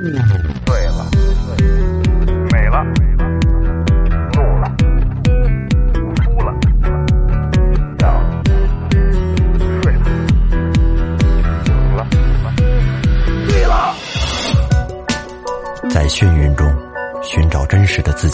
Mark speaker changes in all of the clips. Speaker 1: 醉了，美了，怒了，哭了，笑了，睡了，醒了，醉了。
Speaker 2: 在眩晕中寻找真实的自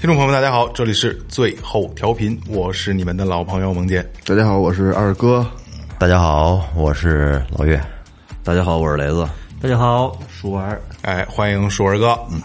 Speaker 3: 听众朋友们，大家好，这里是最后调频，我是你们的老朋友萌姐。
Speaker 4: 大家好，我是二哥。
Speaker 2: 大家好，我是老岳。
Speaker 5: 大家好，我是雷子。
Speaker 6: 大家好，鼠儿，
Speaker 3: 哎，欢迎硕儿哥。嗯，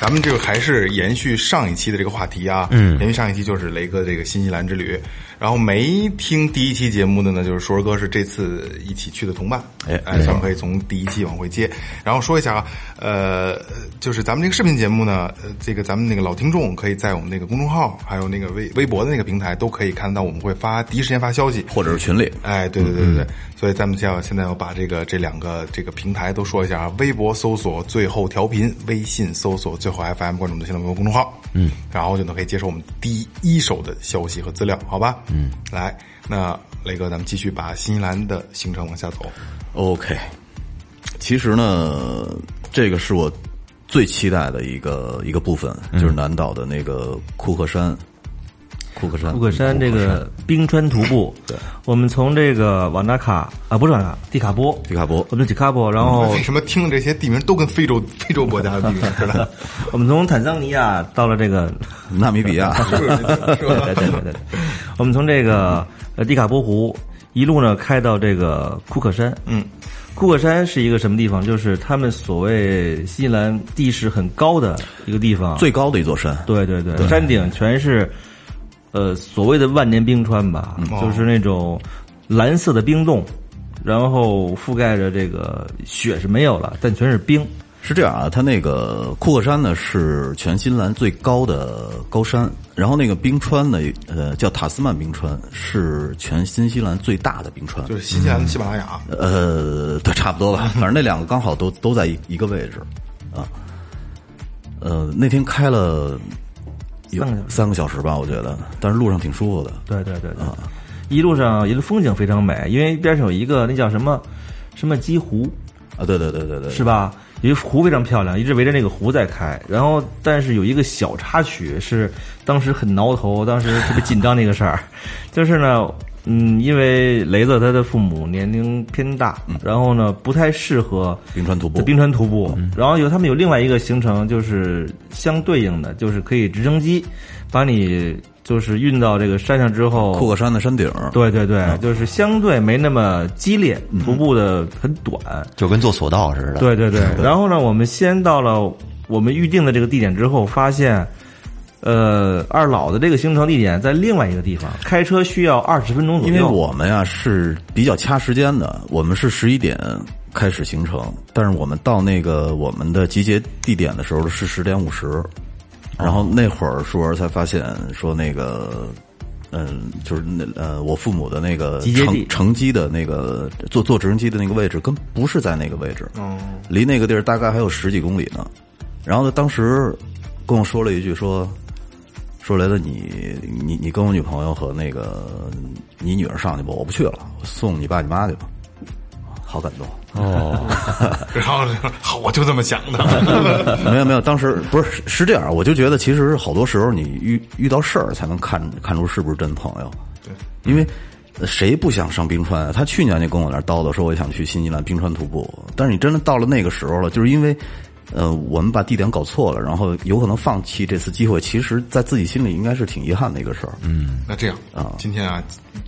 Speaker 3: 咱们这个还是延续上一期的这个话题啊。嗯，延续上一期就是雷哥这个新西兰之旅。然后没听第一期节目的呢，就是硕儿哥是这次一起去的同伴。哎，哎，咱们可以从第一期往回接。然后说一下啊，呃，就是咱们这个视频节目呢，呃，这个咱们那个老听众可以在我们那个公众号还有那个微微博的那个平台都可以看到，我们会发第一时间发消息，
Speaker 5: 或者是群里，
Speaker 3: 哎，对对对对对，所以咱们就要现在要把这个这两个这个平台都说一下啊，微博搜索最后调频，微信搜索最后 FM，关注我们的新浪微博公众号，嗯，然后就能可以接受我们第一手的消息和资料，好吧？嗯，来，那雷哥，咱们继续把新西兰的行程往下走，
Speaker 5: OK，其实呢，这个是我最期待的一个一个部分，就是南岛的那个库克山，库克山，
Speaker 6: 啊库克山这个冰川徒步，对，我们从这个瓦纳卡啊，不是瓦纳卡，蒂卡波，
Speaker 5: 迪卡波
Speaker 6: 我们就蒂卡波，然 后
Speaker 3: 为什么听的这些地名都跟非洲非洲国家的地名似 的？
Speaker 6: 我们从坦桑尼亚到了这 个，
Speaker 5: 纳米比 亚，
Speaker 6: 对对对对对，我们从这个呃蒂卡波湖一路呢开到这个库克山，嗯，库克山是一个什么地方？就是他们所谓新西兰地势很高的一个地方，
Speaker 5: 最高的一座山，
Speaker 6: 对对对，山顶全是，呃，所谓的万年冰川吧，就是那种蓝色的冰冻，然后覆盖着这个雪是没有了，但全是冰。
Speaker 5: 是这样啊，它那个库克山呢是全新西兰最高的高山，然后那个冰川呢，呃，叫塔斯曼冰川，是全新西兰最大的冰川，
Speaker 3: 就是新西兰的喜马拉雅，
Speaker 5: 呃，对，差不多 吧，反正那两个刚好都都在一一个位置，啊，呃，那天开了有
Speaker 6: 三个小时
Speaker 5: 三个小时吧，我觉得，但是路上挺舒服的，
Speaker 6: 对对对对，啊一路上一路风景非常美，因为边上有一个那叫什么什么鸡湖，
Speaker 5: 啊，对对对对对，
Speaker 6: 是吧？有一湖非常漂亮，一直围着那个湖在开。然后，但是有一个小插曲是当时很挠头，当时特别紧张的一个事儿，就是呢，嗯，因为雷子他的父母年龄偏大，然后呢不太适合
Speaker 5: 冰川嗯徒步嗯
Speaker 6: 在冰川徒步。然后有他们有另外一个行程，就是相对应的，就是可以直升机把你就是运到这个山上之后，
Speaker 5: 库克山的山顶，
Speaker 6: 对对对，
Speaker 5: 嗯
Speaker 6: 就是相对没那么激烈，徒步的很短。
Speaker 2: 就跟坐索道似的。
Speaker 6: 对对对。然后呢，我们先到了我们预定的这个地点之后，发现，呃，二老的这个行程地点在另外一个地方，开车需要二十分钟左
Speaker 5: 因
Speaker 6: 右。
Speaker 5: 为我们呀是比较掐时间的，我们是十一点开始行程，但是我们到那个我们的集结地点的时候是十点五十，
Speaker 6: 哦
Speaker 5: 然后那会儿舒儿才发现说那个。嗯，就是那呃，我父母的那个
Speaker 6: 集结地
Speaker 5: 乘乘机的那个坐坐直升机的那个位置，跟不是在那个位置，
Speaker 6: 哦
Speaker 5: 离那个地儿大概还有十几公里呢。然后他当时跟我说了一句说：“说雷子，你你你跟我女朋友和那个你女儿上去吧，我不去了，我送你爸你妈去吧。好感动，
Speaker 3: 然后好，我就这么想的。
Speaker 5: 没有没有，当时不是是这样，我就觉得其实好多时候你遇遇到事儿才能看看出是不是真朋友，
Speaker 3: 对，
Speaker 5: 因为呃谁不想上冰川啊？他去年就跟我那儿叨叨说我想去新西兰冰川徒步，但是你真的到了那个时候了，就是因为呃我们把地点搞错了，然后有可能放弃这次机会，其实在自己心里应该是挺遗憾的一个事儿。嗯，
Speaker 3: 那这样啊，今天啊，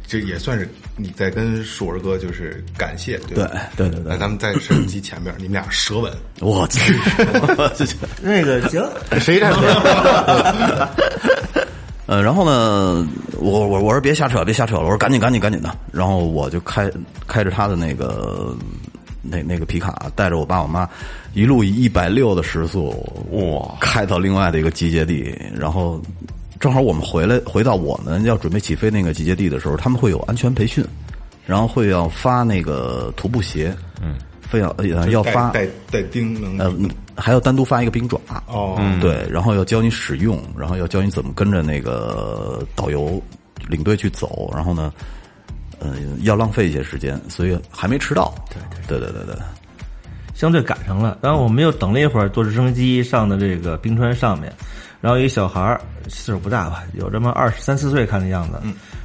Speaker 3: 这也算是你在跟硕儿哥就是感谢，对吧
Speaker 5: 对对对对
Speaker 3: 那咱们在摄像机前面，你们俩舌吻，
Speaker 5: 我 操，
Speaker 6: 那个行，
Speaker 3: 谁来？
Speaker 5: 呃，然后呢，我我我说别瞎扯，别瞎扯了，我说赶紧赶紧赶紧的。然后我就开开着他的那个那那个皮卡，带着我爸我妈，一路以一百六的时速，哇，开到另外的一个集结地。然后正好我们回来回到我们要准备起飞那个集结地的时候，他们会有安全培训，然后会要发那个徒步鞋，嗯，非要呃要
Speaker 3: 带
Speaker 5: 发
Speaker 3: 带带钉能
Speaker 5: 呃，还要单独发一个冰爪
Speaker 3: 哦
Speaker 5: 对，然后要教你使用，然后要教你怎么跟着那个导游领队去走，然后呢，嗯、要浪费一些时间，所以还没迟到。对对对对对
Speaker 6: 相对赶上了。然后我们又等了一会儿，坐直升机上的这个冰川上面，然后一小孩儿岁数不大吧，有这么二十三四岁看的样子，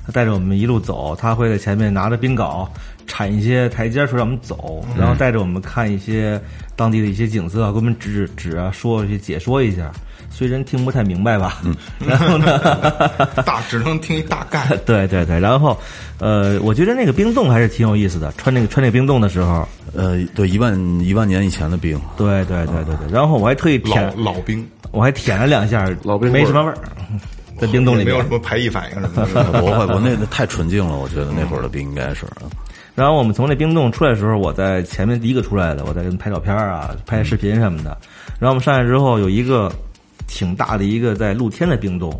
Speaker 6: 他带着我们一路走，他会在前面拿着冰镐铲一些台阶儿出来让我们走，然后带着我们看一些当地的一些景色，给我们指指指啊说一些解说一下。虽然听不太明白吧， 然后呢，
Speaker 3: 大，只能听一大概。
Speaker 6: 嗯对对对，然后，呃，我觉得那个冰冻还是挺有意思的。穿那个穿那个冰冻的时候，
Speaker 5: 呃，对，一万一万年以前的冰，
Speaker 6: 对对对对对。然后我还特意
Speaker 3: 老
Speaker 6: 舔，
Speaker 3: 老兵，
Speaker 6: 我还舔了两下，
Speaker 4: 老冰棍儿
Speaker 6: 没什么味儿，在冰冻里
Speaker 3: 也没有什
Speaker 6: 面。
Speaker 3: 么排异反应什么的。
Speaker 5: 我会我那那太纯净了，我觉得那会儿的冰应该是。
Speaker 6: 然后我们从那冰洞出来的时候，我在前面第一个出来的，我在跟拍照片啊、拍视频什么的。然后我们上来之后，有一个挺大的一个在露天的冰洞。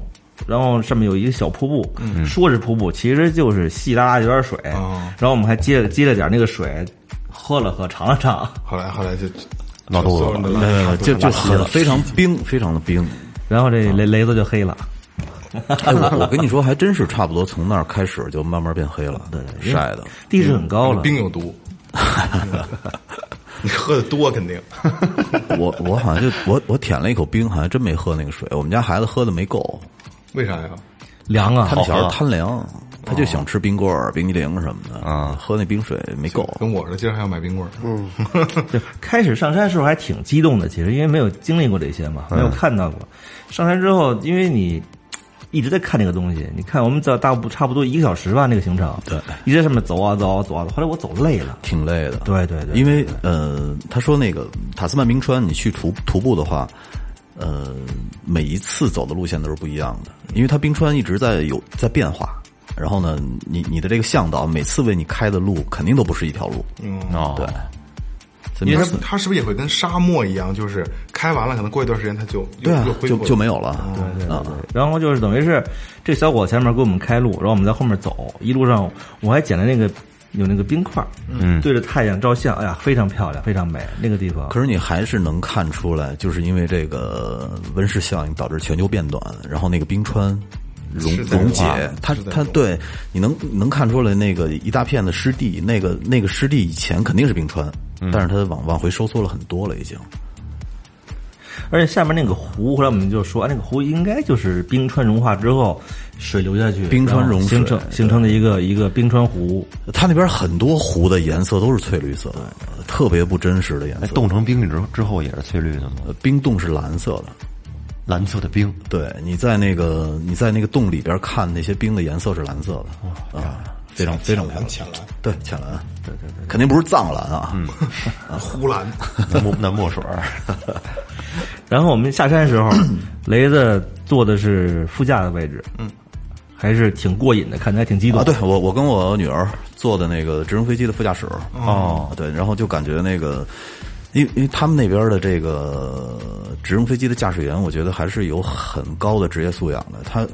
Speaker 6: 然后上面有一个小瀑布，说是瀑布，其实就是稀拉拉有点水。
Speaker 3: 嗯哦
Speaker 6: 然后我们还接了接了点那个水，喝了喝，尝了尝。
Speaker 3: 后来后来就
Speaker 4: 闹肚子了
Speaker 3: 了
Speaker 5: 呃，就就很非常冰，非常的冰。
Speaker 6: 然后
Speaker 3: 哦
Speaker 6: 这雷雷子就黑了，
Speaker 5: 哎，我我跟你说，还真是差不多从那儿开始就慢慢变黑了，对
Speaker 6: 对
Speaker 5: 晒的。
Speaker 6: 地势很高了。
Speaker 3: 冰有毒，你喝的多肯定。
Speaker 5: 我我好像就我我舔了一口冰，好像真没喝那个水。我们家孩子喝的没够，
Speaker 3: 为啥呀？
Speaker 6: 凉啊，
Speaker 5: 他们小时候
Speaker 6: 好喝
Speaker 5: 贪凉，他就想吃冰棍儿、冰激凌什么的啊，喝那冰水没够。
Speaker 3: 跟我这今儿还要买冰棍儿。嗯，
Speaker 6: 对，开始上山的时候还挺激动的，其实因为没有经历过这些嘛，没有看到过。上山之后，因为你一直在看这个东西，你看我们走大不差不多一个小时吧，那个行程，
Speaker 5: 对，
Speaker 6: 一直在上面走啊走啊走啊，后来我走累了，
Speaker 5: 挺累的，
Speaker 6: 对对对
Speaker 5: 因为呃，他说那个塔斯曼冰川，你去徒徒步的话，呃，每一次走的路线都是不一样的，因为它冰川一直在有在变化，然后呢，你你的这个向导每次为你开的路肯定都不是一条路，
Speaker 4: 哦，
Speaker 5: 对，所
Speaker 3: 你
Speaker 5: 以每
Speaker 3: 看
Speaker 5: 次
Speaker 3: 它是不是也会跟沙漠一样，就是开完了，可能过一段时间它就又
Speaker 5: 对啊
Speaker 3: 又，恢
Speaker 5: 就
Speaker 3: 复了
Speaker 5: 就没有了，对啊。
Speaker 6: 然后就是等于是这小伙前面给我们开路，然后我们在后面走，一路上我还捡了那个有那个冰块，嗯，对着太阳照相，哎呀，非常漂亮，非常美，那个地方。
Speaker 5: 可是你还是能看出来，就是因为这个温室效应导致全球变暖，然后那个冰川溶
Speaker 3: 是在
Speaker 5: 溶解
Speaker 3: 化，
Speaker 5: 它
Speaker 3: 是在
Speaker 5: 它
Speaker 3: 融
Speaker 5: 对，你能能看出来那个一大片的湿地，那个那个湿地以前肯定是冰川，
Speaker 3: 嗯
Speaker 5: 但是它往往回收缩了很多了，已经。
Speaker 6: 而且下面那个湖，后来我们就说，啊，那个湖应该就是冰川融化之后水流下去，
Speaker 5: 冰川
Speaker 6: 然后
Speaker 5: 融水
Speaker 6: 形成形成的一个一个冰川湖。
Speaker 5: 它那边很多湖的颜色都是翠绿色的，特别不真实的颜
Speaker 4: 那
Speaker 3: 哎
Speaker 5: 色。
Speaker 4: 冻成冰之后之后也是翠绿的吗？
Speaker 5: 呃冰冻是蓝色的，
Speaker 4: 蓝色的冰，
Speaker 5: 对，你在那个你在那个洞里边看那些冰的颜色是蓝色的啊，非常非常漂亮。
Speaker 3: 浅蓝、
Speaker 5: 对，浅蓝，对对对，肯定不是藏蓝啊，
Speaker 3: 湖蓝，
Speaker 4: 那墨那墨水儿，
Speaker 6: 然后我们下山的 时候，雷子坐的是副驾的位置，嗯，还是挺过瘾的，看着还挺激动。
Speaker 5: 啊，对我我跟我女儿坐的那个直升飞机的副驾驶哦，对，然后就感觉那个，因为因为他们那边的这个直升飞机的驾驶员，我觉得还是有很高的职业素养的，他。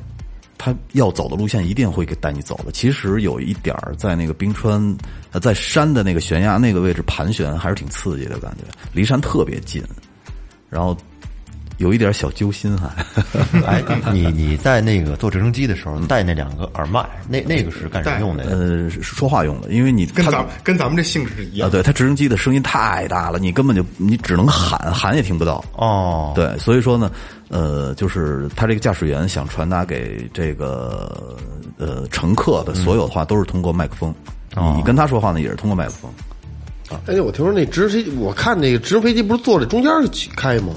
Speaker 5: 他要走的路线一定会给带你走的。其实有一点儿在那个冰川，呃，在山的那个悬崖那个位置盘旋，还是挺刺激的感觉，离山特别近。然后有一点小揪心啊还。
Speaker 4: 哎，你你在那个坐直升机的时候带那两个耳麦，那那个是干什么用的呀？
Speaker 5: 呃，是说话用的，因为你
Speaker 3: 跟
Speaker 5: 它
Speaker 3: 咱们跟咱们这性质是一
Speaker 5: 啊，
Speaker 3: 样的。
Speaker 5: 对，它直升机的声音太大了，你根本就你只能喊，喊也听不到。
Speaker 4: 哦，，
Speaker 5: 对，所以说呢，呃，就是他这个驾驶员想传达给这个呃乘客的所有的话，都是通过麦克风。
Speaker 3: 哦
Speaker 5: 你你跟他说话呢，也是通过麦克风。
Speaker 7: 而哎且我听说那直升飞，我看那个直升飞机不是坐在中间儿起开吗？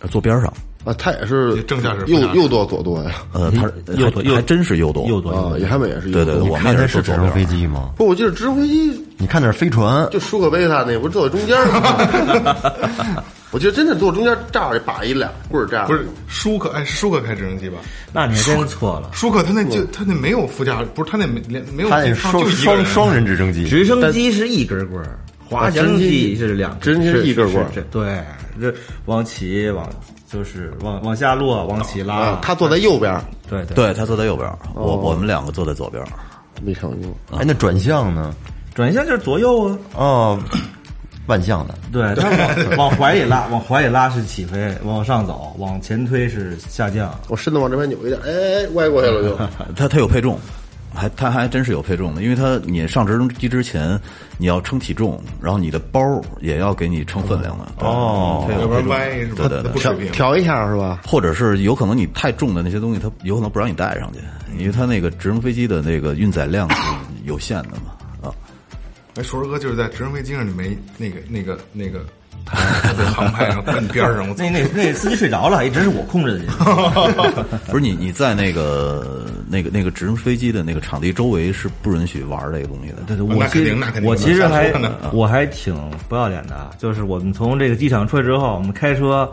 Speaker 5: 呃坐边上，
Speaker 7: 啊，它也是
Speaker 3: 正驾驶
Speaker 7: 右
Speaker 3: 副驾驶
Speaker 7: 右舵左舵呀，
Speaker 5: 呃，他
Speaker 6: 右
Speaker 5: 还
Speaker 6: 舵右
Speaker 5: 还真是右舵，
Speaker 6: 哦右舵
Speaker 7: 啊，也他们也是右
Speaker 5: 对对，
Speaker 7: 舵
Speaker 5: 对我们
Speaker 4: 看
Speaker 5: 也
Speaker 4: 的
Speaker 5: 是
Speaker 4: 是
Speaker 5: 坐
Speaker 4: 直
Speaker 5: 边
Speaker 4: 升
Speaker 5: 上
Speaker 4: 飞机吗？
Speaker 7: 不，我记得直升飞机
Speaker 4: 你看那是飞船，
Speaker 7: 就舒克贝塔那不是坐在中间儿吗？ 我记得真的坐中间炸着把一俩棍儿炸着，
Speaker 3: 不是舒克，哎，是舒克开直升机吧？
Speaker 6: 那你还真错了。
Speaker 3: 舒克他那
Speaker 5: 嗯
Speaker 3: 就他那没有副驾，不是他那没连没有
Speaker 4: 它那
Speaker 3: 机
Speaker 4: 是
Speaker 3: 舱
Speaker 4: 双
Speaker 3: 就一个
Speaker 4: 双
Speaker 3: 人
Speaker 4: 双人直升 机，
Speaker 6: 直升机是一根棍儿，滑翔机是两根，
Speaker 7: 直升机是一根棍儿
Speaker 6: 是是对，这往起往就是往往下落，往起拉
Speaker 7: 啊，，他坐在右边儿，
Speaker 6: 对对
Speaker 5: 对他坐在右边，我我们两个坐在左边。
Speaker 7: 哦
Speaker 5: 啊
Speaker 7: 没成功。
Speaker 4: 哎，那转向呢？
Speaker 6: 转向就是左右啊。
Speaker 4: 哦，万向的，
Speaker 6: 对，它往往怀里拉，往怀里拉是起飞，往上走，往前推是下降。
Speaker 7: 我身子往这边扭一点，哎哎，歪过去了 就。
Speaker 5: 它它有配重，还它还真是有配重的，因为它你上直升机之前你要称体重，然后你的包也要给你称分量的
Speaker 4: 哦，
Speaker 5: 对它嗯
Speaker 3: 要
Speaker 5: 有
Speaker 3: 不然
Speaker 5: 配重，
Speaker 3: 歪是吧？
Speaker 5: 对对
Speaker 3: 它不
Speaker 5: 对。
Speaker 3: 水平。
Speaker 7: 调一下是吧？
Speaker 5: 或者是有可能你太重的那些东西，它有可能不让你带上去，因为它那个直升飞机的那个运载量是有限的嘛。啊，
Speaker 3: 哎，硕儿哥就是在直升飞机上，你没那个那个那个，在航拍上奔边上，我操
Speaker 6: 那那那司机睡着了，一直是我控制的。
Speaker 5: 啊不是你你在那个那个那个直升飞机的那个场地周围是不允许玩这个东西的。
Speaker 6: 对对，我
Speaker 3: 哦那肯
Speaker 6: 其
Speaker 3: 定
Speaker 6: 实
Speaker 3: 那肯定
Speaker 6: 我其实
Speaker 3: 那
Speaker 6: 还
Speaker 3: 瞎说啊呢
Speaker 6: 我还挺不要脸的啊，就是我们从这个机场出来之后，我们开车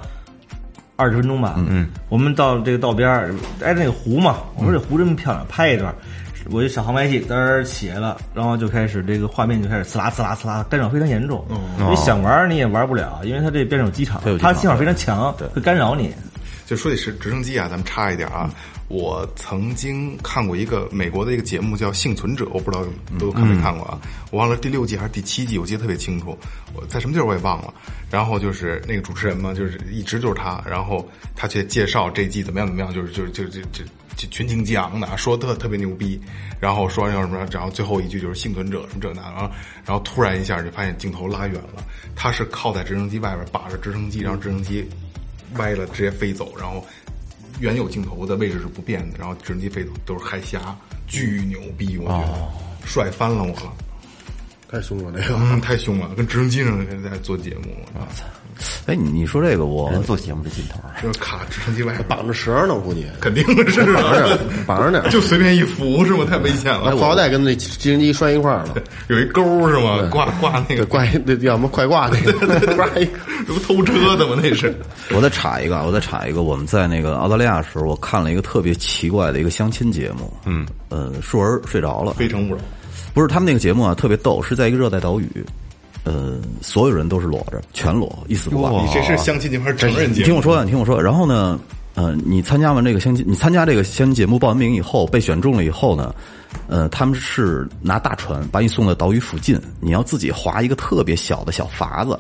Speaker 6: 二十分钟吧，嗯，我们到这个道边儿挨着那个湖嘛，我说这湖真漂亮，拍一段。我就小航拍器嘚儿起来了，然后就开始这个画面就开始刺啦刺啦刺啦，干扰非常严重。
Speaker 3: 哦
Speaker 6: 你想玩儿你也玩不了，因为它这边上有机场
Speaker 5: 它有，机
Speaker 6: 它
Speaker 5: 场
Speaker 6: 机场非常强，会干扰你。
Speaker 3: 就说起直直升机啊，咱们插一点啊，我曾经看过一个美国的一个节目叫《幸存者》，我不知道都有看没看过啊，我忘了第六季还是第七季，我记得特别清楚，我在什么地儿我也忘了。然后就是那个主持人嘛，就是一直就是他，然后他去介绍这季怎么样怎么样，就是就是就是就就就群情激昂的啊，说得特特别牛逼，然后说要什么，然后最后一句就是幸存者什么这那，然后然后突然一下就发现镜头拉远了，他是靠在直升机外边把着直升机，然后直升机歪了直接飞走，然后原有镜头的位置是不变的，然后直升机飞走都是海峡，巨牛逼，我觉得、帅翻了我了，
Speaker 7: 太凶了，这个
Speaker 3: 嗯，太凶了，跟直升机上现在做节目，我操
Speaker 5: 哎，你你说这个我
Speaker 4: 人做节目的尽头。啊
Speaker 3: 就是卡直升机外边，
Speaker 7: 绑着绳儿呢，我估计
Speaker 3: 肯定是
Speaker 7: 绑着绑着点儿，
Speaker 3: 就随便一扶是吗？太危险
Speaker 7: 那
Speaker 3: 了
Speaker 7: 裤，腰带跟那直升机拴一块儿了，
Speaker 3: 有一钩是吗？挂挂那
Speaker 7: 对，
Speaker 3: 个，
Speaker 7: 挂一那叫什么快挂那个，挂一个。
Speaker 3: 这不偷车的吗？那是。
Speaker 5: 我再插一个啊，我再插一个。我们在那个澳大利亚的时候，我看了一个特别奇怪的一个相亲节目。嗯，呃，硕儿睡着了，
Speaker 3: 非诚勿扰。
Speaker 5: 不是他们那个节目啊，特别逗，是在一个热带岛屿，呃，所有人都是裸着，全裸，一丝不挂。
Speaker 3: 你这是相亲节目还是成人
Speaker 5: 你
Speaker 3: 节
Speaker 5: 听
Speaker 3: 目？
Speaker 5: 我说，啊你听我说。然后呢，呃，你参加完这个相亲，你参加这个相亲节目报完名以后，被选中了以后呢，呃，他们是拿大船把你送到岛屿附近，你要自己划一个特别小的小筏子，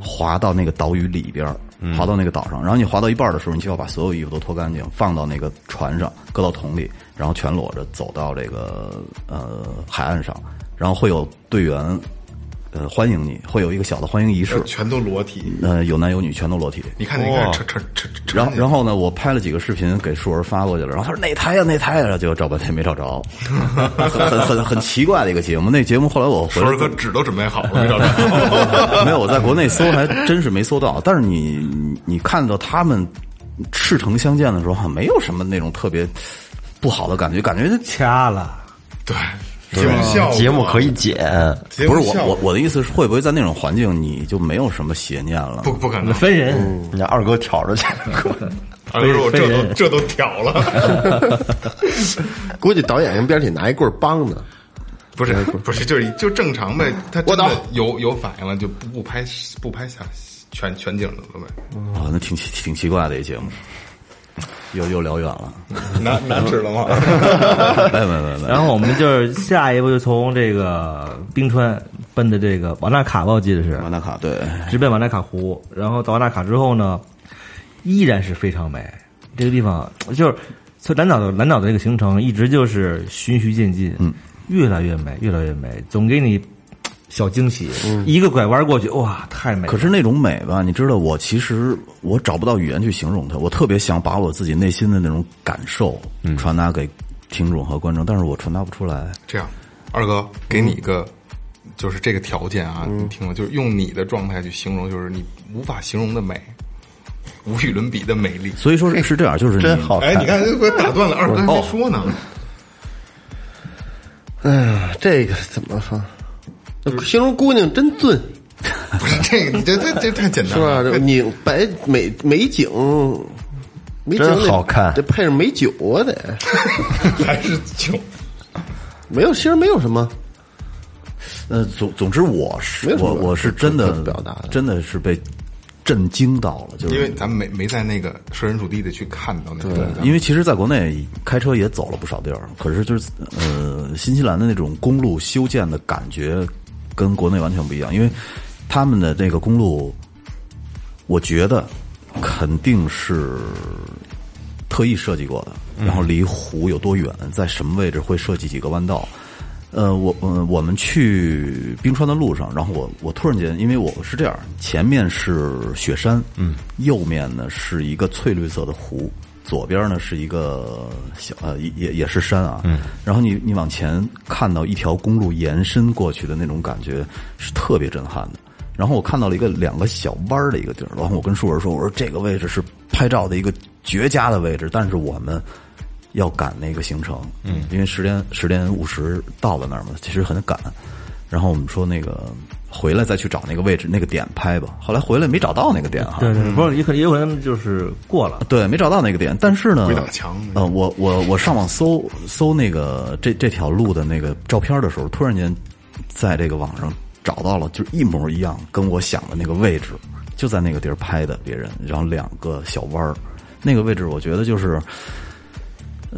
Speaker 5: 划到那个岛屿里边儿，划到那个岛上。然后你划到一半的时候，你就要把所有衣服都脱干净，放到那个船上，搁到桶里，然后全裸着走到这个呃海岸上，然后会有队员。呃，欢迎你，会有一个小的欢迎仪式，
Speaker 3: 全都裸体。
Speaker 5: 呃，有男有女，全都裸体。
Speaker 3: 你看，你看，成成成成。
Speaker 5: 然后，然后呢，我拍了几个视频给硕儿发过去了，然后他说哪台呀、哪台呀、然后结果找半天没找着，很很很很奇怪的一个节目。那节目后来我回
Speaker 3: 硕
Speaker 5: 来
Speaker 3: 儿哥纸都准备好了，没找着。
Speaker 5: 没有，我在国内搜还真是没搜到。但是你你你看到他们赤诚相见的时候，好像没有什么那种特别不好的感觉，感觉
Speaker 6: 掐了，
Speaker 3: 对，节目效果
Speaker 4: 节目可以剪，
Speaker 3: 节目
Speaker 5: 不是我
Speaker 3: 效
Speaker 5: 我
Speaker 3: 果
Speaker 5: 我的意思是，会不会在那种环境你就没有什么邪念了？
Speaker 3: 不不可能。
Speaker 6: 分人。
Speaker 4: 你家二哥挑着去，
Speaker 3: 二哥说：“我
Speaker 6: 非
Speaker 3: 这
Speaker 6: 人
Speaker 3: 都这都挑了，
Speaker 7: 估计导演跟边上拿一棍儿帮呢，
Speaker 3: 不是不是，就是就正常呗。他真
Speaker 7: 我懂
Speaker 3: 的有有反应了，就不不拍不拍下全全景的了呗。
Speaker 5: 啊、那挺奇挺奇怪的一节目，又又聊远了。
Speaker 3: 难难使了吗？
Speaker 5: 没有没有没有没有，
Speaker 6: 然后我们就是下一步就从这个冰川奔的这个瓦纳卡吧，我记得是
Speaker 5: 马纳卡对。
Speaker 6: 直奔瓦纳卡湖。然后到瓦纳卡之后呢，依然是非常美。这个地方就是从南岛的南岛的这个行程，一直就是循序渐进，嗯，越来越美，越来越美，总给你小惊喜。一个拐弯过去，哇，太美了！
Speaker 5: 可是那种美吧，你知道，我其实我找不到语言去形容它，我特别想把我自己内心的那种感受
Speaker 7: 嗯
Speaker 5: 传达给听众和观众，但是我传达不出来。
Speaker 3: 这样，二哥给你一个，就是这个条件啊，你听了，就是用你的状态去形容，就是你无法形容的美，无与伦比的美丽。
Speaker 5: 所以说是是这样，就是
Speaker 4: 真
Speaker 5: 你
Speaker 4: 好
Speaker 3: 哎，
Speaker 4: 看
Speaker 3: 你看，这给打断了，二哥还没说呢。
Speaker 7: 这个怎么说？形容姑娘真俊，
Speaker 3: 不是这个，你这这啊这太简
Speaker 7: 是
Speaker 3: 单
Speaker 7: 吧？
Speaker 3: 了。
Speaker 7: 这拧白美美景，美景
Speaker 4: 真
Speaker 7: 得
Speaker 4: 好看
Speaker 7: 得配上美酒啊，得
Speaker 3: 还是酒，
Speaker 7: 没有，其实没有什么，
Speaker 5: 呃，总总之我是
Speaker 7: 没有什么
Speaker 5: 我我是真
Speaker 7: 可
Speaker 5: 的
Speaker 7: 表达的
Speaker 5: 真的是被震惊到了，就是
Speaker 3: 因为咱们没没在那个设身处地的去看到那个东西。咱们
Speaker 5: 因为其实在国内开车也走了不少地儿，可是就是呃，新西兰的那种公路修建的感觉跟国内完全不一样，因为他们的这个公路，我觉得肯定是特意设计过的，然后离湖有多远，在什么位置会设计几个弯道。呃，我呃，我们去冰川的路上，然后我我突然间，因为我是这样，前面是雪山，嗯，右面呢是一个翠绿色的湖，左边呢是一个小呃也也也是山啊，嗯，然后你你往前看到一条公路延伸过去的那种感觉是特别震撼的。然后我看到了一个两个小弯儿的一个地儿，然后我跟树儿说：“我说这个位置是拍照的一个绝佳的位置，但是我们要赶那个行程，嗯，因为十点十点五十到了那儿嘛，其实很赶。然后我们说那个回来再去找那个位置那个点拍吧。后来回来没找到那个点哈，
Speaker 6: 对对，不是也嗯可也有可能就是过了，
Speaker 5: 对，没找到那个点，但是呢，
Speaker 3: 鬼打墙
Speaker 5: 呃，我我我上网搜搜那个这这条路的那个照片的时候，突然间在这个网上找到了，就是一模一样，跟我想的那个位置，就在那个地儿拍的，别人，然后两个小弯儿，那个位置我觉得就是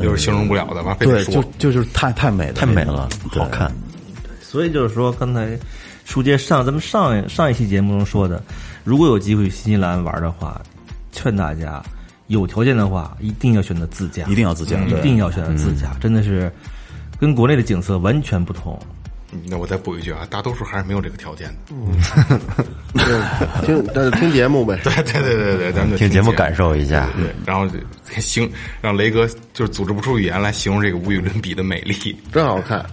Speaker 3: 就是形容不了的吧？非得
Speaker 5: 对，
Speaker 3: 说
Speaker 5: 就就是太太美了，
Speaker 4: 太美了，
Speaker 5: 对
Speaker 4: 好看。
Speaker 6: 所以就是说，刚才书接上咱们上上一期节目中说的，如果有机会去新西兰玩的话，劝大家有条件的话，一定要选择自驾，
Speaker 5: 一定要自驾
Speaker 6: 嗯
Speaker 5: 对
Speaker 6: 一定要选择自驾，真的是跟国内的景色完全不同。
Speaker 3: 那我再补一句啊，大多数还是没有这个条件的。
Speaker 7: 就是听但是听节目呗，
Speaker 3: 对对对对对，咱们就
Speaker 4: 听节目感
Speaker 3: 受。
Speaker 4: 受一下，
Speaker 3: 对，然后就形让雷哥就是组织不出语言来形容这个无与伦比的美丽。
Speaker 7: 真好看。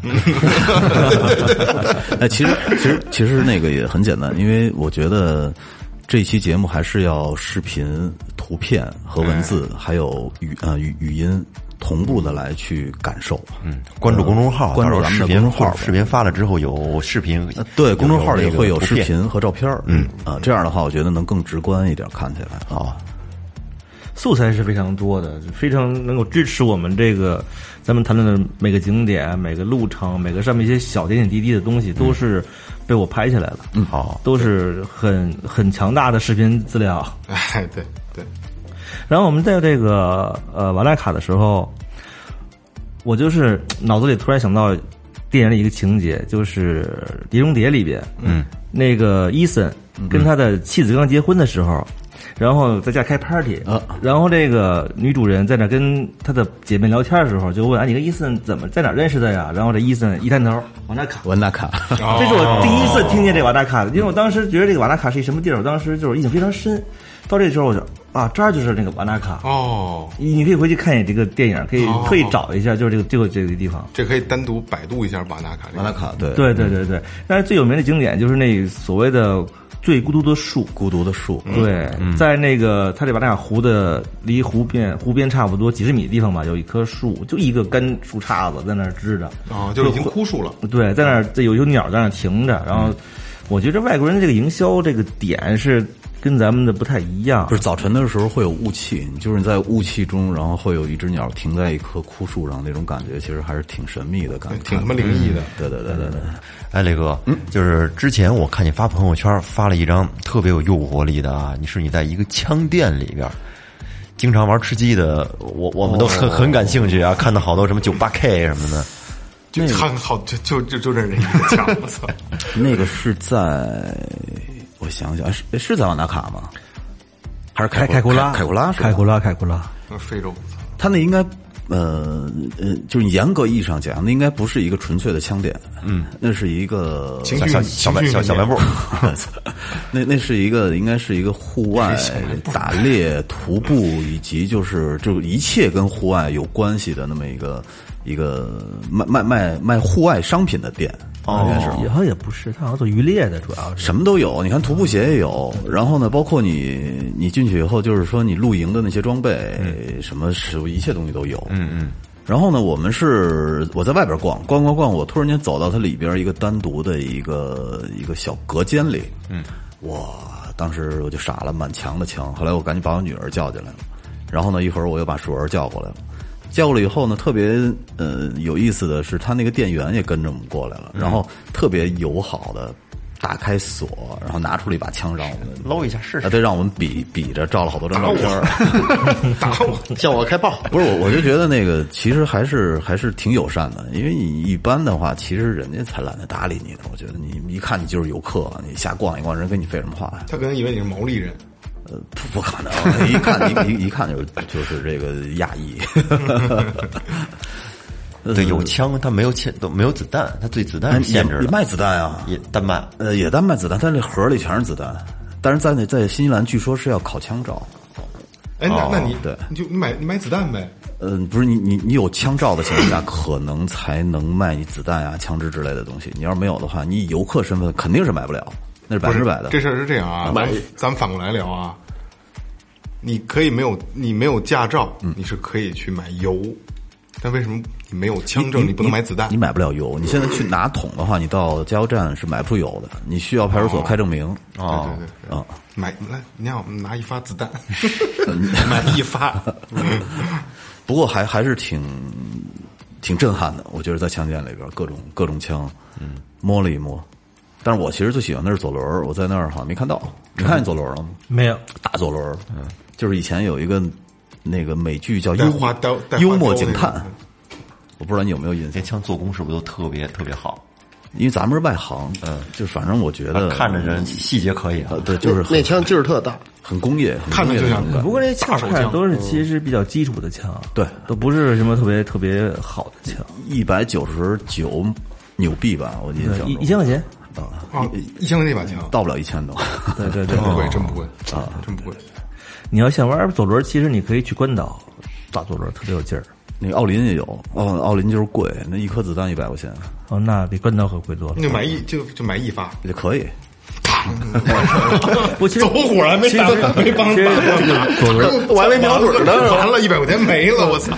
Speaker 5: 哎，其实其实其实那个也很简单，因为我觉得这期节目还是要视频、图片和文字，还有语呃语语音同步的来去感受。嗯，
Speaker 4: 关注公众号，啊
Speaker 5: 关注
Speaker 4: 到
Speaker 5: 咱
Speaker 4: 时候
Speaker 5: 们的
Speaker 4: 视
Speaker 5: 公
Speaker 4: 频
Speaker 5: 众号吧
Speaker 4: 视频发了之后有视频
Speaker 5: 呃，对，公众号里
Speaker 4: 那个
Speaker 5: 会有
Speaker 4: 图
Speaker 5: 视
Speaker 4: 片
Speaker 5: 频和照片儿。嗯啊，这样的话，我觉得能更直观一点，看起来啊。
Speaker 6: 素材是非常多的，非常能够支持我们这个咱们谈论的每个景点、每个路程、每个上面一些小点点滴滴的东西，都是被我拍下来了，嗯，
Speaker 4: 好，
Speaker 6: 都是很很强大的视频资料。
Speaker 3: 哎，对对，
Speaker 6: 然后我们在这个呃瓦莱卡的时候，我就是脑子里突然想到电影里一个情节，就是《碟中谍》里边，嗯，那个伊森跟他的妻子刚结婚的时候，然后在家开 party，、
Speaker 5: 啊
Speaker 6: 然后这个女主人在那跟她的姐妹聊天的时候，就问：“哎，你跟伊森怎么在哪儿认识的呀？”然后这伊森一探头，瓦莱卡。嗯
Speaker 5: 文纳卡，
Speaker 6: 这是我第一次听见这瓦纳卡的，因为我当时觉得这个瓦纳卡是一什么地儿，我当时就是印象非常深。到这时候我就啊，这儿就是那个瓦纳卡，
Speaker 3: 哦，
Speaker 6: 你你可以回去看一眼这个电影，可以
Speaker 3: 哦
Speaker 6: 特意找一下，就是这个这个这个地方。
Speaker 3: 这可以单独百度一下瓦纳卡。
Speaker 5: 文纳，卡，对
Speaker 6: 对对对对，但是最有名的景点就是那所谓的最孤独的树。
Speaker 5: 孤独的树，
Speaker 6: 对，在那个它这瓦纳卡湖的离湖边湖边差不多几十米的地方吧，有一棵树，就一个干树杈子在那儿支着。
Speaker 3: 哦，就是已经枯树了。
Speaker 6: 对，在那儿这有有鸟在那儿停着，然后我觉得外国人的这个营销这个点是跟咱们的不太一样
Speaker 5: 不。是早晨的时候会有雾气，就是在雾气中，然后会有一只鸟停在一棵枯树上，那种感觉其实还是挺神秘的感觉，嗯
Speaker 3: 挺他妈灵异
Speaker 4: 嗯
Speaker 3: 的
Speaker 5: 对对对对对，
Speaker 4: 哎，雷哥，就是之前我看你发朋友圈发了一张特别有诱惑力的啊，你是你在一个枪店里边儿，经常玩吃鸡的，我我们都很很感兴趣啊，看到好多什么九八 K 什么的，
Speaker 3: 就看好，就就就就认识一个墙，我 操！
Speaker 5: 那个是在，我想想，哎是哎是在瓦纳卡吗？还是
Speaker 6: 凯
Speaker 5: 凯
Speaker 6: 库拉，
Speaker 5: 凯库拉是吧
Speaker 6: 凯库拉，凯库拉，
Speaker 3: 非洲，
Speaker 5: 他那应该，呃呃，就是严格意义上讲，那应该不是一个纯粹的腔点，嗯，那是一个
Speaker 3: 情
Speaker 4: 小
Speaker 3: 绪
Speaker 4: 小小白小小白布，
Speaker 5: 那那是一个应该是一个户外打猎、徒步以及就是就一切跟户外有关系的那么一个一个卖卖卖卖户外商品的店，应该是
Speaker 6: 也好像也不是，他好像做渔猎的，主要是
Speaker 5: 什么都有，你看徒步鞋也有，然后呢，包括你你进去以后，就是说你露营的那些装备，什么食物，一切东西都有。嗯嗯。然后呢，我们是我在外边逛逛逛逛，我突然间走到它里边一个单独的一个一个小隔间里。嗯。哇，当时我就傻了，满墙的墙。后来我赶紧把我女儿叫进来了，然后呢，一会儿我又把鼠儿叫过来了。叫过来以后呢，特别呃有意思的是，他那个店员也跟着我们过来了，然后特别友好的打开锁，然后拿出了一把枪让我们
Speaker 4: 搂一下试试
Speaker 5: 啊，对，让我们比比着照了好多张照片儿。
Speaker 7: 向我开炮，
Speaker 5: 不是我，我就觉得那个其实还是还是挺友善的，因为你一般的话，其实人家才懒得搭理你呢。我觉得你一看你就是游客，你瞎逛一逛，人跟你废什么话呀？
Speaker 3: 他可能以为你是毛利人，
Speaker 5: 呃，不不可能，一看一一一看就就是这个亚裔。
Speaker 4: 对，有枪，他没有枪，都没有子弹，他对子
Speaker 5: 嗯
Speaker 4: 弹是限制
Speaker 5: 也也
Speaker 4: 的，
Speaker 5: 卖子弹啊，
Speaker 4: 也单卖。
Speaker 5: 呃，也单卖子弹，但这盒里全是子弹。但是在那在新西兰，据说是要考枪照。
Speaker 3: 哎，那
Speaker 5: 哦
Speaker 3: 那你
Speaker 5: 对
Speaker 3: 你就你买你买子弹呗，
Speaker 5: 嗯、不是你你你有枪照的情况下，可能才能卖你子弹啊、枪支之类的东西。你要是没有的话，你以游客身份肯定是买不了，那是百
Speaker 3: 不
Speaker 5: 分
Speaker 3: 是
Speaker 5: 之百的。
Speaker 3: 这事儿是这样啊，咱
Speaker 7: 买
Speaker 3: 们咱们反过来聊啊，你可以没有你没有驾照，
Speaker 5: 嗯
Speaker 3: 你是可以去买油，但为什么你没有枪证，你不能买子弹
Speaker 5: 你？买不了油。你现在去拿桶的话，你到加油站是买不出油的，你需要派出所开证明。
Speaker 3: 对哦对对对
Speaker 5: 啊，
Speaker 3: 买来，你让我们拿一发子 弹，买一发，
Speaker 5: 不过还还是挺挺震撼的，我觉得在枪店里边各种各种枪，嗯，摸了一摸。但是我其实最喜欢的是左轮儿，我在那儿好像没看到，你看见左轮儿了吗？
Speaker 6: 没有，
Speaker 5: 大左轮儿，嗯，就是以前有一个那个美剧叫《
Speaker 3: 带
Speaker 5: 幽
Speaker 3: 花
Speaker 5: 默
Speaker 3: 刀带花
Speaker 5: 幽默
Speaker 3: 刀那
Speaker 5: 警
Speaker 3: 种啊
Speaker 5: 探》，我不知道你有没有印
Speaker 4: 这
Speaker 5: 象，
Speaker 4: 枪做工是不是都特别特别好？
Speaker 5: 因为咱们是外行，嗯，就反正我
Speaker 3: 啊
Speaker 5: 觉得
Speaker 4: 看着人细节可以啊
Speaker 5: 呃，，对，就是
Speaker 7: 那
Speaker 5: 很
Speaker 7: 枪劲儿特大，
Speaker 5: 很工业，很
Speaker 3: 看着
Speaker 5: 工业
Speaker 3: 就
Speaker 5: 的
Speaker 3: 想
Speaker 5: 那种感
Speaker 6: 不
Speaker 5: 觉
Speaker 6: 过这些
Speaker 3: 大
Speaker 6: 枪
Speaker 3: 手
Speaker 6: 看着
Speaker 3: 枪嗯
Speaker 6: 都是其实比较基础的枪，
Speaker 5: 对
Speaker 6: 都不是什么特别特别好的枪，
Speaker 5: 一百九十九纽币吧，我印象中
Speaker 6: 一一千块钱，
Speaker 3: 啊，一枪那把枪，
Speaker 5: 到不了一千多，
Speaker 6: 对对对
Speaker 3: 真，不
Speaker 5: 哦
Speaker 3: 贵，真不贵啊，真不贵。
Speaker 6: 你要想玩左轮，其实你可以去关岛打左轮，特别有劲儿。
Speaker 5: 那个奥林也有，奥奥林就是贵，那一颗子弹一百块钱
Speaker 6: 哦，那比关岛可贵多了
Speaker 3: 那。就买一就就买一发，
Speaker 5: 也可以。
Speaker 6: 不，其实
Speaker 3: 走火了没
Speaker 6: 其实
Speaker 3: 打没帮
Speaker 6: 其实
Speaker 3: 打
Speaker 6: 这个左轮
Speaker 7: 我还没瞄 准呢。
Speaker 3: 完了，一百块钱没了，我操！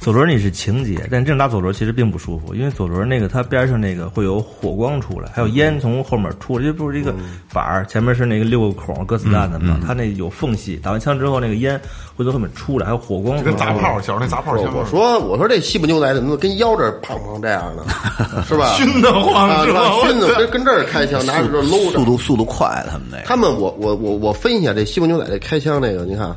Speaker 6: 左轮你是情节，但正打左轮其实并不舒服，因为左轮那个它边上那个会有火光出来，还有烟从后面出来，这不是一个
Speaker 3: 嗯
Speaker 6: 板儿，前面是那个六个孔搁子弹的嘛，它那有缝隙，打完枪之后那个烟会从后面出来，还有火光
Speaker 3: 就跟砸炮，小时候那砸炮枪，
Speaker 7: 我说我说这西部牛仔怎么跟腰这儿胖胖这样呢？是吧？
Speaker 3: 熏得慌
Speaker 7: 啊
Speaker 3: 是
Speaker 7: 是
Speaker 3: 吧
Speaker 7: 吧？
Speaker 3: 我
Speaker 7: 熏的跟跟这儿开枪，拿着这儿搂着
Speaker 5: 速。度速度快，他们那个
Speaker 7: 他们我我我我分析一下这西部牛仔这开枪这个，你看，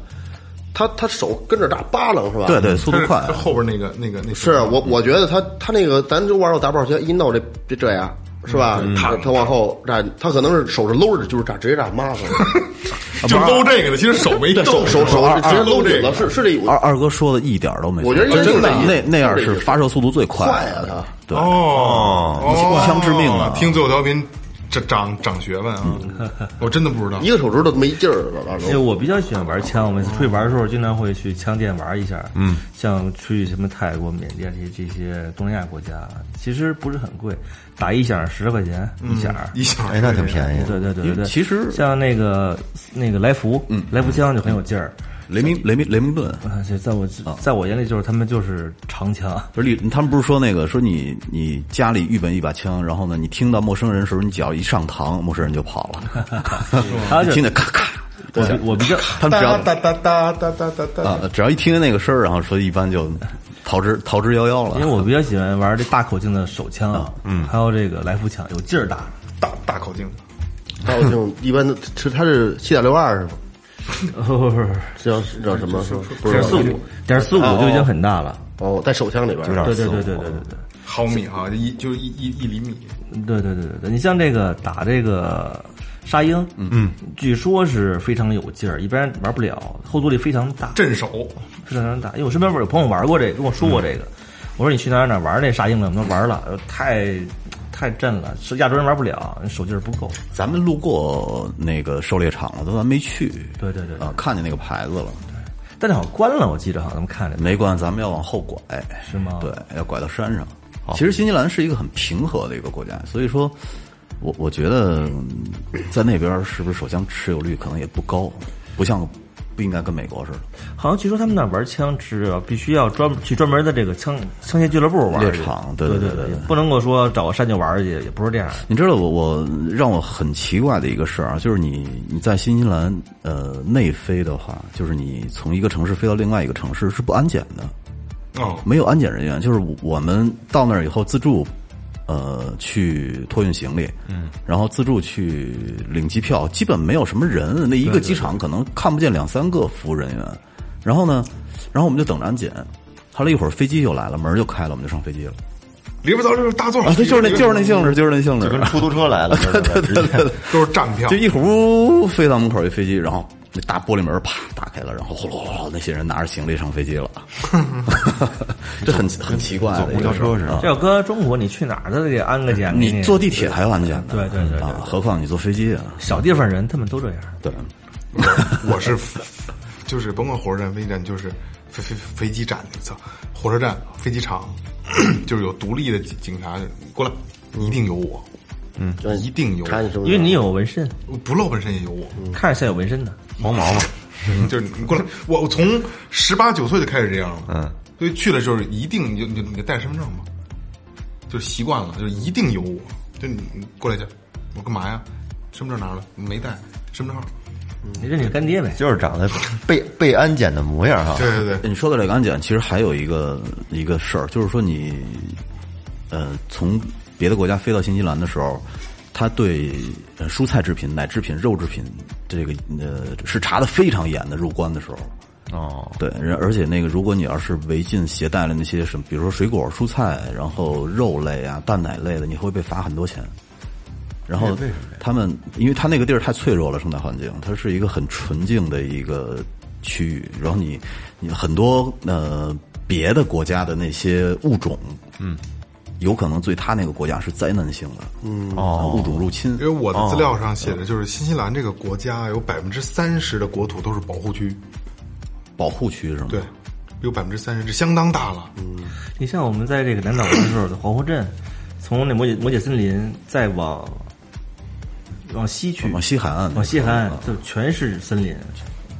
Speaker 7: 他他手跟着打巴楞是吧？
Speaker 5: 对。对，速度快啊
Speaker 3: 这。后边那个那个那
Speaker 7: 是我我觉得他他那个咱就玩过打炮枪，一闹这这这样是吧？他他往后炸，他可能是手是搂着，就是炸直接炸妈子，
Speaker 3: 就搂这个的，其实手没动，
Speaker 7: 手手手
Speaker 3: 啊
Speaker 7: 直接搂
Speaker 3: 这
Speaker 7: 紧了，是是这意
Speaker 5: 二二哥说的一点儿都没错，
Speaker 7: 我觉得应该
Speaker 5: 真
Speaker 7: 就是
Speaker 5: 的
Speaker 7: 这意思
Speaker 5: 那那样是发射速度最快
Speaker 7: 快啊
Speaker 5: 的
Speaker 7: 他。
Speaker 5: 对，
Speaker 3: 哦，
Speaker 5: 一枪致命啊嗯
Speaker 3: 听最后调频，这长长学问啊！ 我真的不知道
Speaker 7: 一，个手指头没劲儿了，到时
Speaker 6: 因为
Speaker 7: 候
Speaker 6: 我比较喜欢玩枪，我每次出去玩的时候，经常会去枪店玩一下。嗯，像去什么泰国、缅甸这这些东南亚国家，啊其实不是很贵，打一响十块钱一响。
Speaker 3: 一响
Speaker 4: 哎，那挺便宜的。
Speaker 6: 对对对对对，
Speaker 5: 其实
Speaker 6: 像那个那个来福，嗯，来福枪就很有劲儿。
Speaker 5: 雷明雷明雷明顿，
Speaker 6: 啊，这在我在我眼里就是他们就是长枪，
Speaker 5: 不是他们不是说那个说你你家里预备一把枪，然后呢你听到陌生人的时候，你只要一上膛，陌生人就跑
Speaker 6: 他
Speaker 5: 了，
Speaker 6: 是
Speaker 5: 你听见咔咔，
Speaker 6: 我比我比较
Speaker 5: 他们只要
Speaker 3: 哒哒哒哒哒哒哒，
Speaker 5: 啊，只要一听见那个声儿，然后说一般就逃之逃之夭夭
Speaker 6: 因为
Speaker 5: 了。
Speaker 6: 我比较喜欢玩这大口径的手枪，嗯，还有这个来福枪有劲儿大。
Speaker 3: 大大口径，
Speaker 7: 还有这种一般的，是他是七点六二是吗？
Speaker 6: 不是
Speaker 7: 这叫这叫什么？不
Speaker 6: 不
Speaker 7: 是
Speaker 6: 是，点四五，点四五就已经很大了。
Speaker 7: 哦，在手枪里边儿，
Speaker 6: 对对对对对对对。
Speaker 3: 毫米哈，一就是一一一厘米，
Speaker 6: 对对对对对，你像这个打这个沙鹰，嗯，据说是非常有劲儿，一般玩不了，后坐力非常大，
Speaker 3: 镇手，
Speaker 6: 非常大。因为我身边有朋友玩过这个，跟我
Speaker 5: 嗯
Speaker 6: 说过这个，我说你去哪儿哪儿玩那沙鹰了？我们玩了，呃太太震了，是亚洲人玩不了，手劲儿不够。
Speaker 5: 咱们路过那个狩猎场了，都咱没去。
Speaker 6: 对对对
Speaker 5: 啊，看见那个牌子了，
Speaker 6: 但是好像关了，我记着好像咱们看着
Speaker 5: 没关，咱们要往后拐，
Speaker 6: 是啊吗
Speaker 5: 嗯对，要拐到山上。其实新西兰是一个很平和的一个国家，所以说，我我觉得嗯在那边是不是手枪持有率可能也不高，不像不应该跟美国似的
Speaker 6: 好像据说他们那儿玩枪是要必须要专去专门的这个枪枪械俱乐部玩去
Speaker 5: 猎场。对
Speaker 6: 对
Speaker 5: 对
Speaker 6: 对
Speaker 5: 对，
Speaker 6: 不能够说找个山就玩儿去，也不是这样。
Speaker 5: 你知道我我让我很奇怪的一个事儿啊，就是你你在新西兰呃内飞的话，就是你从一个城市飞到另外一个城市是不安检的，
Speaker 3: 哦，
Speaker 5: 没有安检人员，就是我们到那儿以后自助，呃，去托运行李，嗯，然后自助去领机票，基本没有什么人，那一个机场可能看不见两三个服务人员，然后呢，然后我们就等着安检，后来一会儿飞机就来了，门儿就开了，我们就上飞机 了
Speaker 3: 里边早就是大座
Speaker 5: 啊，对，就是那就是那性质，就是那性质
Speaker 4: 就， 跟出租车来了，对对对
Speaker 3: 都是站票
Speaker 5: 就，一会儿呜飞到门口一飞机，然后那大玻璃门啪打开了，然后呼噜呼噜，那些人拿着行李上飞机了， 这很很奇怪的一个事儿，
Speaker 4: 公交车似的
Speaker 5: 啊
Speaker 6: 这要搁中国，你去哪儿都得安个检。
Speaker 5: 你坐地铁还有安检呢，
Speaker 6: 对对对对
Speaker 5: 啊，何况你坐飞机啊？
Speaker 6: 小地方人，他们都这样。
Speaker 5: 对，
Speaker 3: 我是就是甭管火车站、飞机站，就是飞飞飞机站，操，火车站、飞机场， 就是有独立的警警察过来，你一定有我，嗯，一定有
Speaker 7: 查你是
Speaker 3: 我，
Speaker 7: 不是？
Speaker 6: 因为你有纹身，
Speaker 3: 不露本身也有我，
Speaker 4: 嗯
Speaker 6: 看着像有纹身的。
Speaker 4: 黄毛嘛，
Speaker 3: 就是你过来，我我从十八九岁就开始这样了，嗯，所以去了就是一定你就你就你就带身份证嘛，就是习惯了，就是一定有我，就你你过来去，我干嘛呀？身份证拿来，没带身份证号，
Speaker 6: 你认你干爹呗。
Speaker 4: 嗯就是 长得被被安检的模样哈。
Speaker 3: 对对对，
Speaker 5: 你说到这个安检，其实还有一个一个事儿，就是说你呃从别的国家飞到新西兰的时候，他对呃蔬菜制品、奶制品、肉制品这个呃是查的非常严的，入关的时候。
Speaker 4: 哦，
Speaker 5: 对，然而且那个，如果你要是违禁携带了那些什么，比如说水果、蔬菜，然后肉类啊、蛋奶类的，你会被罚很多钱。然后他们，因为他那个地儿太脆弱了，生态环境，它是一个很纯净的一个区域。然后你，你很多呃别的国家的那些物种，嗯，有可能对他那个国家是灾难性的，嗯，物种入侵
Speaker 3: 因为。我的资料上写的就是新西兰这个国家有百分之三十的国土都是保护区，
Speaker 5: 保护区是吗？
Speaker 3: 对，有百分之三十，这相当大了。
Speaker 6: 你像我们在这个南岛玩的时候，皇后镇，从那摩羯摩羯森林再往往西去，
Speaker 5: 往西海岸，
Speaker 6: 往西海岸，
Speaker 4: 嗯
Speaker 6: 就全是森林，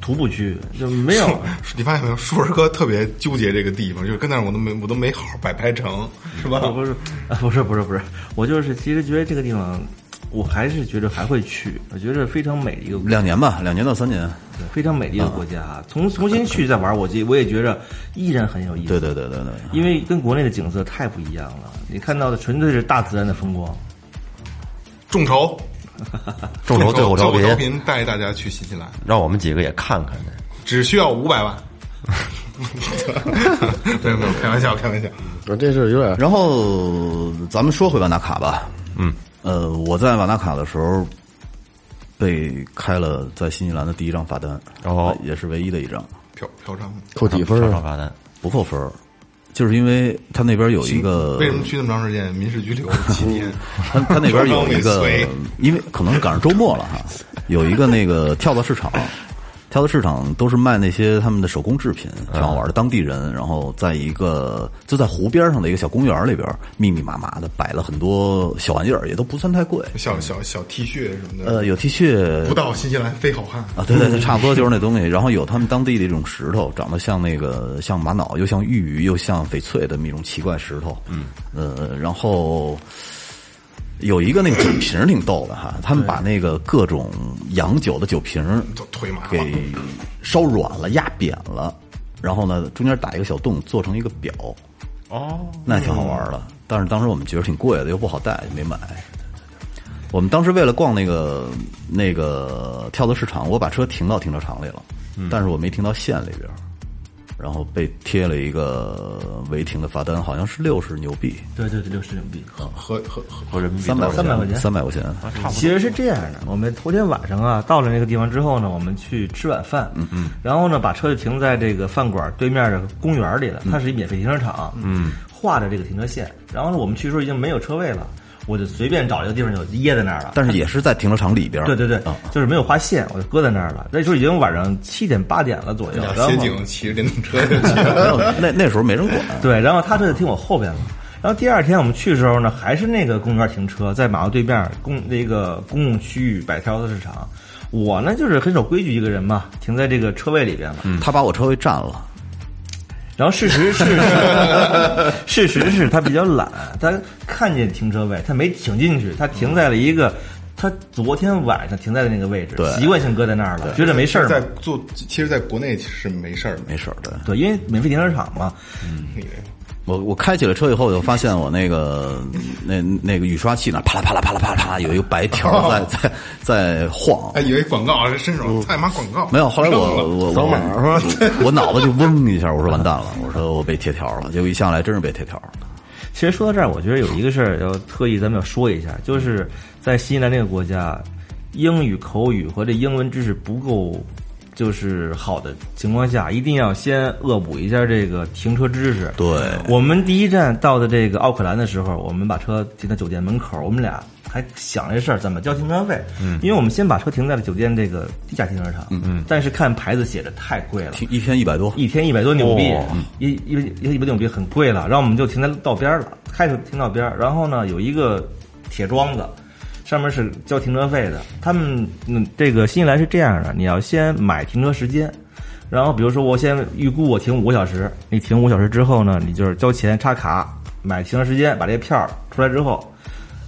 Speaker 6: 徒步区就没 有。
Speaker 3: 你发现没有，树儿哥特别纠结这个地方，就是跟那儿我都没我都没好好摆拍成，是吧？
Speaker 6: 啊，不是，啊，不是，不是，不是，我就是其实觉得这个地方，我还是觉得还会去，我觉得非常美的一个国家
Speaker 5: 两年吧，两年到三年。
Speaker 6: 非常美的一个国家啊。从重新去再玩，我觉我也觉着依然很有意思。
Speaker 5: 对对对对对。
Speaker 6: 因为跟国内的景色太不一样了，你看到的纯粹是大自然的风光。
Speaker 3: 众筹，
Speaker 4: 众筹最后
Speaker 3: 最
Speaker 4: 调
Speaker 3: 后调
Speaker 4: 频，
Speaker 3: 频带大家去新西兰，
Speaker 4: 让我们几个也看看去。
Speaker 3: 只需要五百万。 没有没有，开玩笑开玩笑。
Speaker 7: 我啊这事儿有点
Speaker 5: 然后咱们说回瓦纳卡吧。嗯，呃，我在瓦纳卡的时候被开了在新西兰的第一张罚单，
Speaker 4: 哦
Speaker 5: 也是唯一的一张，
Speaker 3: 嫖嫖娼，
Speaker 7: 扣几分
Speaker 4: 上
Speaker 7: 啊
Speaker 4: 上？罚单，
Speaker 5: 不扣分儿，就是因为他那边有一个
Speaker 3: 为什么去那么长时间？民事拘留七年，
Speaker 5: 他他那边有一
Speaker 3: 刚
Speaker 5: 个
Speaker 3: 尾随，
Speaker 5: 因为可能赶上周末了哈，有一个那个跳蚤市场，跳蚤市场都是卖那些他们的手工制品，挺好玩的。当地人，然后在一个就在湖边上的一个小公园里边，密密麻麻的摆了很多小玩意儿，也都不算太贵。
Speaker 3: 小小小 T 恤什么的，
Speaker 5: 呃，有 T 恤，
Speaker 3: 不到新西兰非好汉。
Speaker 5: 啊，对对对，差不多就是那东西。然后有他们当地的一种石头，长得像那个像玛瑙，又像玉鱼，又像翡翠的那种奇怪石头。嗯，呃，然后有一个那个酒瓶儿挺逗的哈，他们把那个各种洋酒的酒瓶儿
Speaker 3: 都推麻了
Speaker 5: 给烧软了、压扁了，然后呢中间打一个小洞，做成一个表。哦，那挺好玩儿的。但是当时我们觉得挺贵的，又不好带，就没买。我们当时为了逛那个那
Speaker 4: 嗯
Speaker 5: 个跳蚤市场，我把车停到停车场里了，但是我没停到县里边儿，然后被贴了一个违停的罚单，好像是六十牛币，
Speaker 6: 对对对，六十人民币。
Speaker 3: 合合合
Speaker 4: 合人民币
Speaker 5: 三百
Speaker 4: 多少钱
Speaker 6: 300块钱
Speaker 5: 三百块钱。
Speaker 6: 嗯其实是这样的，我们头天晚上啊，到了那个地方之后呢，我们去吃晚饭，嗯嗯，然后呢，把车就停在这个饭馆对面的公园里了，它是一免费停车场，嗯，画着这个停车线，然后呢，我们去的时候已经没有车位了，我就随便找一个地方就掖在那儿了，
Speaker 5: 但是也是在停车场里边儿，
Speaker 6: 对对对
Speaker 5: 啊，
Speaker 6: 就是没有划线，我就搁在那儿了。那时候已经晚上七点八点了左右，然后
Speaker 3: 协警骑着电动车就去了。
Speaker 5: 没有那那时候没人管，
Speaker 6: 对，然后他就在听我后边了。然后第二天我们去的时候呢，还是那个公园停车，在马路对面公那个公共区域摆条子市场。我呢就是很守规矩一个人嘛，停在这个车位里边了。
Speaker 4: 嗯
Speaker 5: 他把我车位占了。
Speaker 6: 然后事实是，事实是他比较懒，他看见停车位，他没停进去，他停在了一个。他昨天晚上停在的那个位置，习惯性搁在那儿了，觉得没事儿嘛。
Speaker 3: 在做，其实在国内是没事儿的，
Speaker 5: 没事儿的。
Speaker 6: 对，因为免费停车场嘛，
Speaker 5: 我我开起来车以后，我就发现我那个那那个雨刷器那啪啦啪啦啪啦啪啦啪啦有一个白条
Speaker 6: 哦
Speaker 5: 在在在晃
Speaker 3: 哎，。以为广告啊，这伸手菜妈广告
Speaker 5: 没有，后来我
Speaker 3: 愣了
Speaker 5: 我我我我脑子就嗡一下，我说完蛋了， 我说我被贴条了。结果一下来真是被贴条了。
Speaker 6: 其实说到这儿，我觉得有一个事儿要特意咱们要说一下，就是在新西兰这个国家，英语口语和这英文知识不够就是好的情况下，一定要先恶补一下这个停车知识。
Speaker 5: 对
Speaker 6: 我们第一站到的这个奥克兰的时候，我们把车停在酒店门口，我们俩还想这事儿怎么交停车费，嗯，因为我们先把车停在了酒店这个地下停车场，嗯嗯，但是看牌子写着太贵了，
Speaker 5: 一天一百多，
Speaker 6: 一天一百多纽币，嗯一一一一百多纽币很贵了。然后我们就停在道边儿了，开始停到边儿。然后呢，有一个铁桩子，上面是交停车费的。他们嗯，这个新西兰是这样的，你要先买停车时间。然后，比如说，我先预估我停五个小时，你停五小时之后呢，你就是交钱插卡，买停车时间，把这票儿出来之后，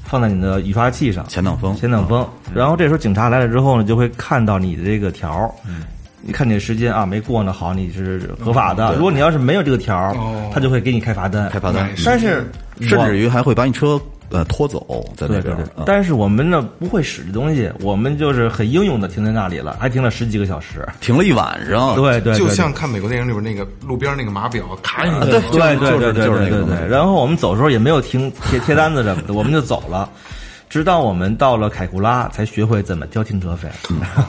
Speaker 6: 放在你的雨刷器上，
Speaker 5: 前挡风
Speaker 6: 前挡风。然后这时候警察来了之后呢，就会看到你的这个条儿，你看你的时间啊没过呢，好，你是合法的。如果你要是没有这个条儿，他就会给你开罚单。
Speaker 5: 开罚单嗯
Speaker 6: 但哎是
Speaker 5: 甚至于还会把你车呃拖走在那
Speaker 6: 对
Speaker 5: 边
Speaker 6: 对
Speaker 5: 儿
Speaker 6: 对。，
Speaker 5: 嗯
Speaker 6: 但是我们呢不会使这东西，我们就是很英勇的停在那里了，还停了十几个小时。
Speaker 5: 停了一晚上。
Speaker 6: 对对，对
Speaker 3: 就
Speaker 6: 对
Speaker 3: 像看美国电影里边那个路边那个码表，咔一下
Speaker 5: 啊对
Speaker 6: 对对
Speaker 5: 就是
Speaker 6: 对对
Speaker 5: 就是那个
Speaker 6: 对对
Speaker 5: 东西
Speaker 6: 对。然后我们走的时候也没有停贴贴单子什么的，我们就走了。直到我们到了凯库拉，才学会怎么交停车费。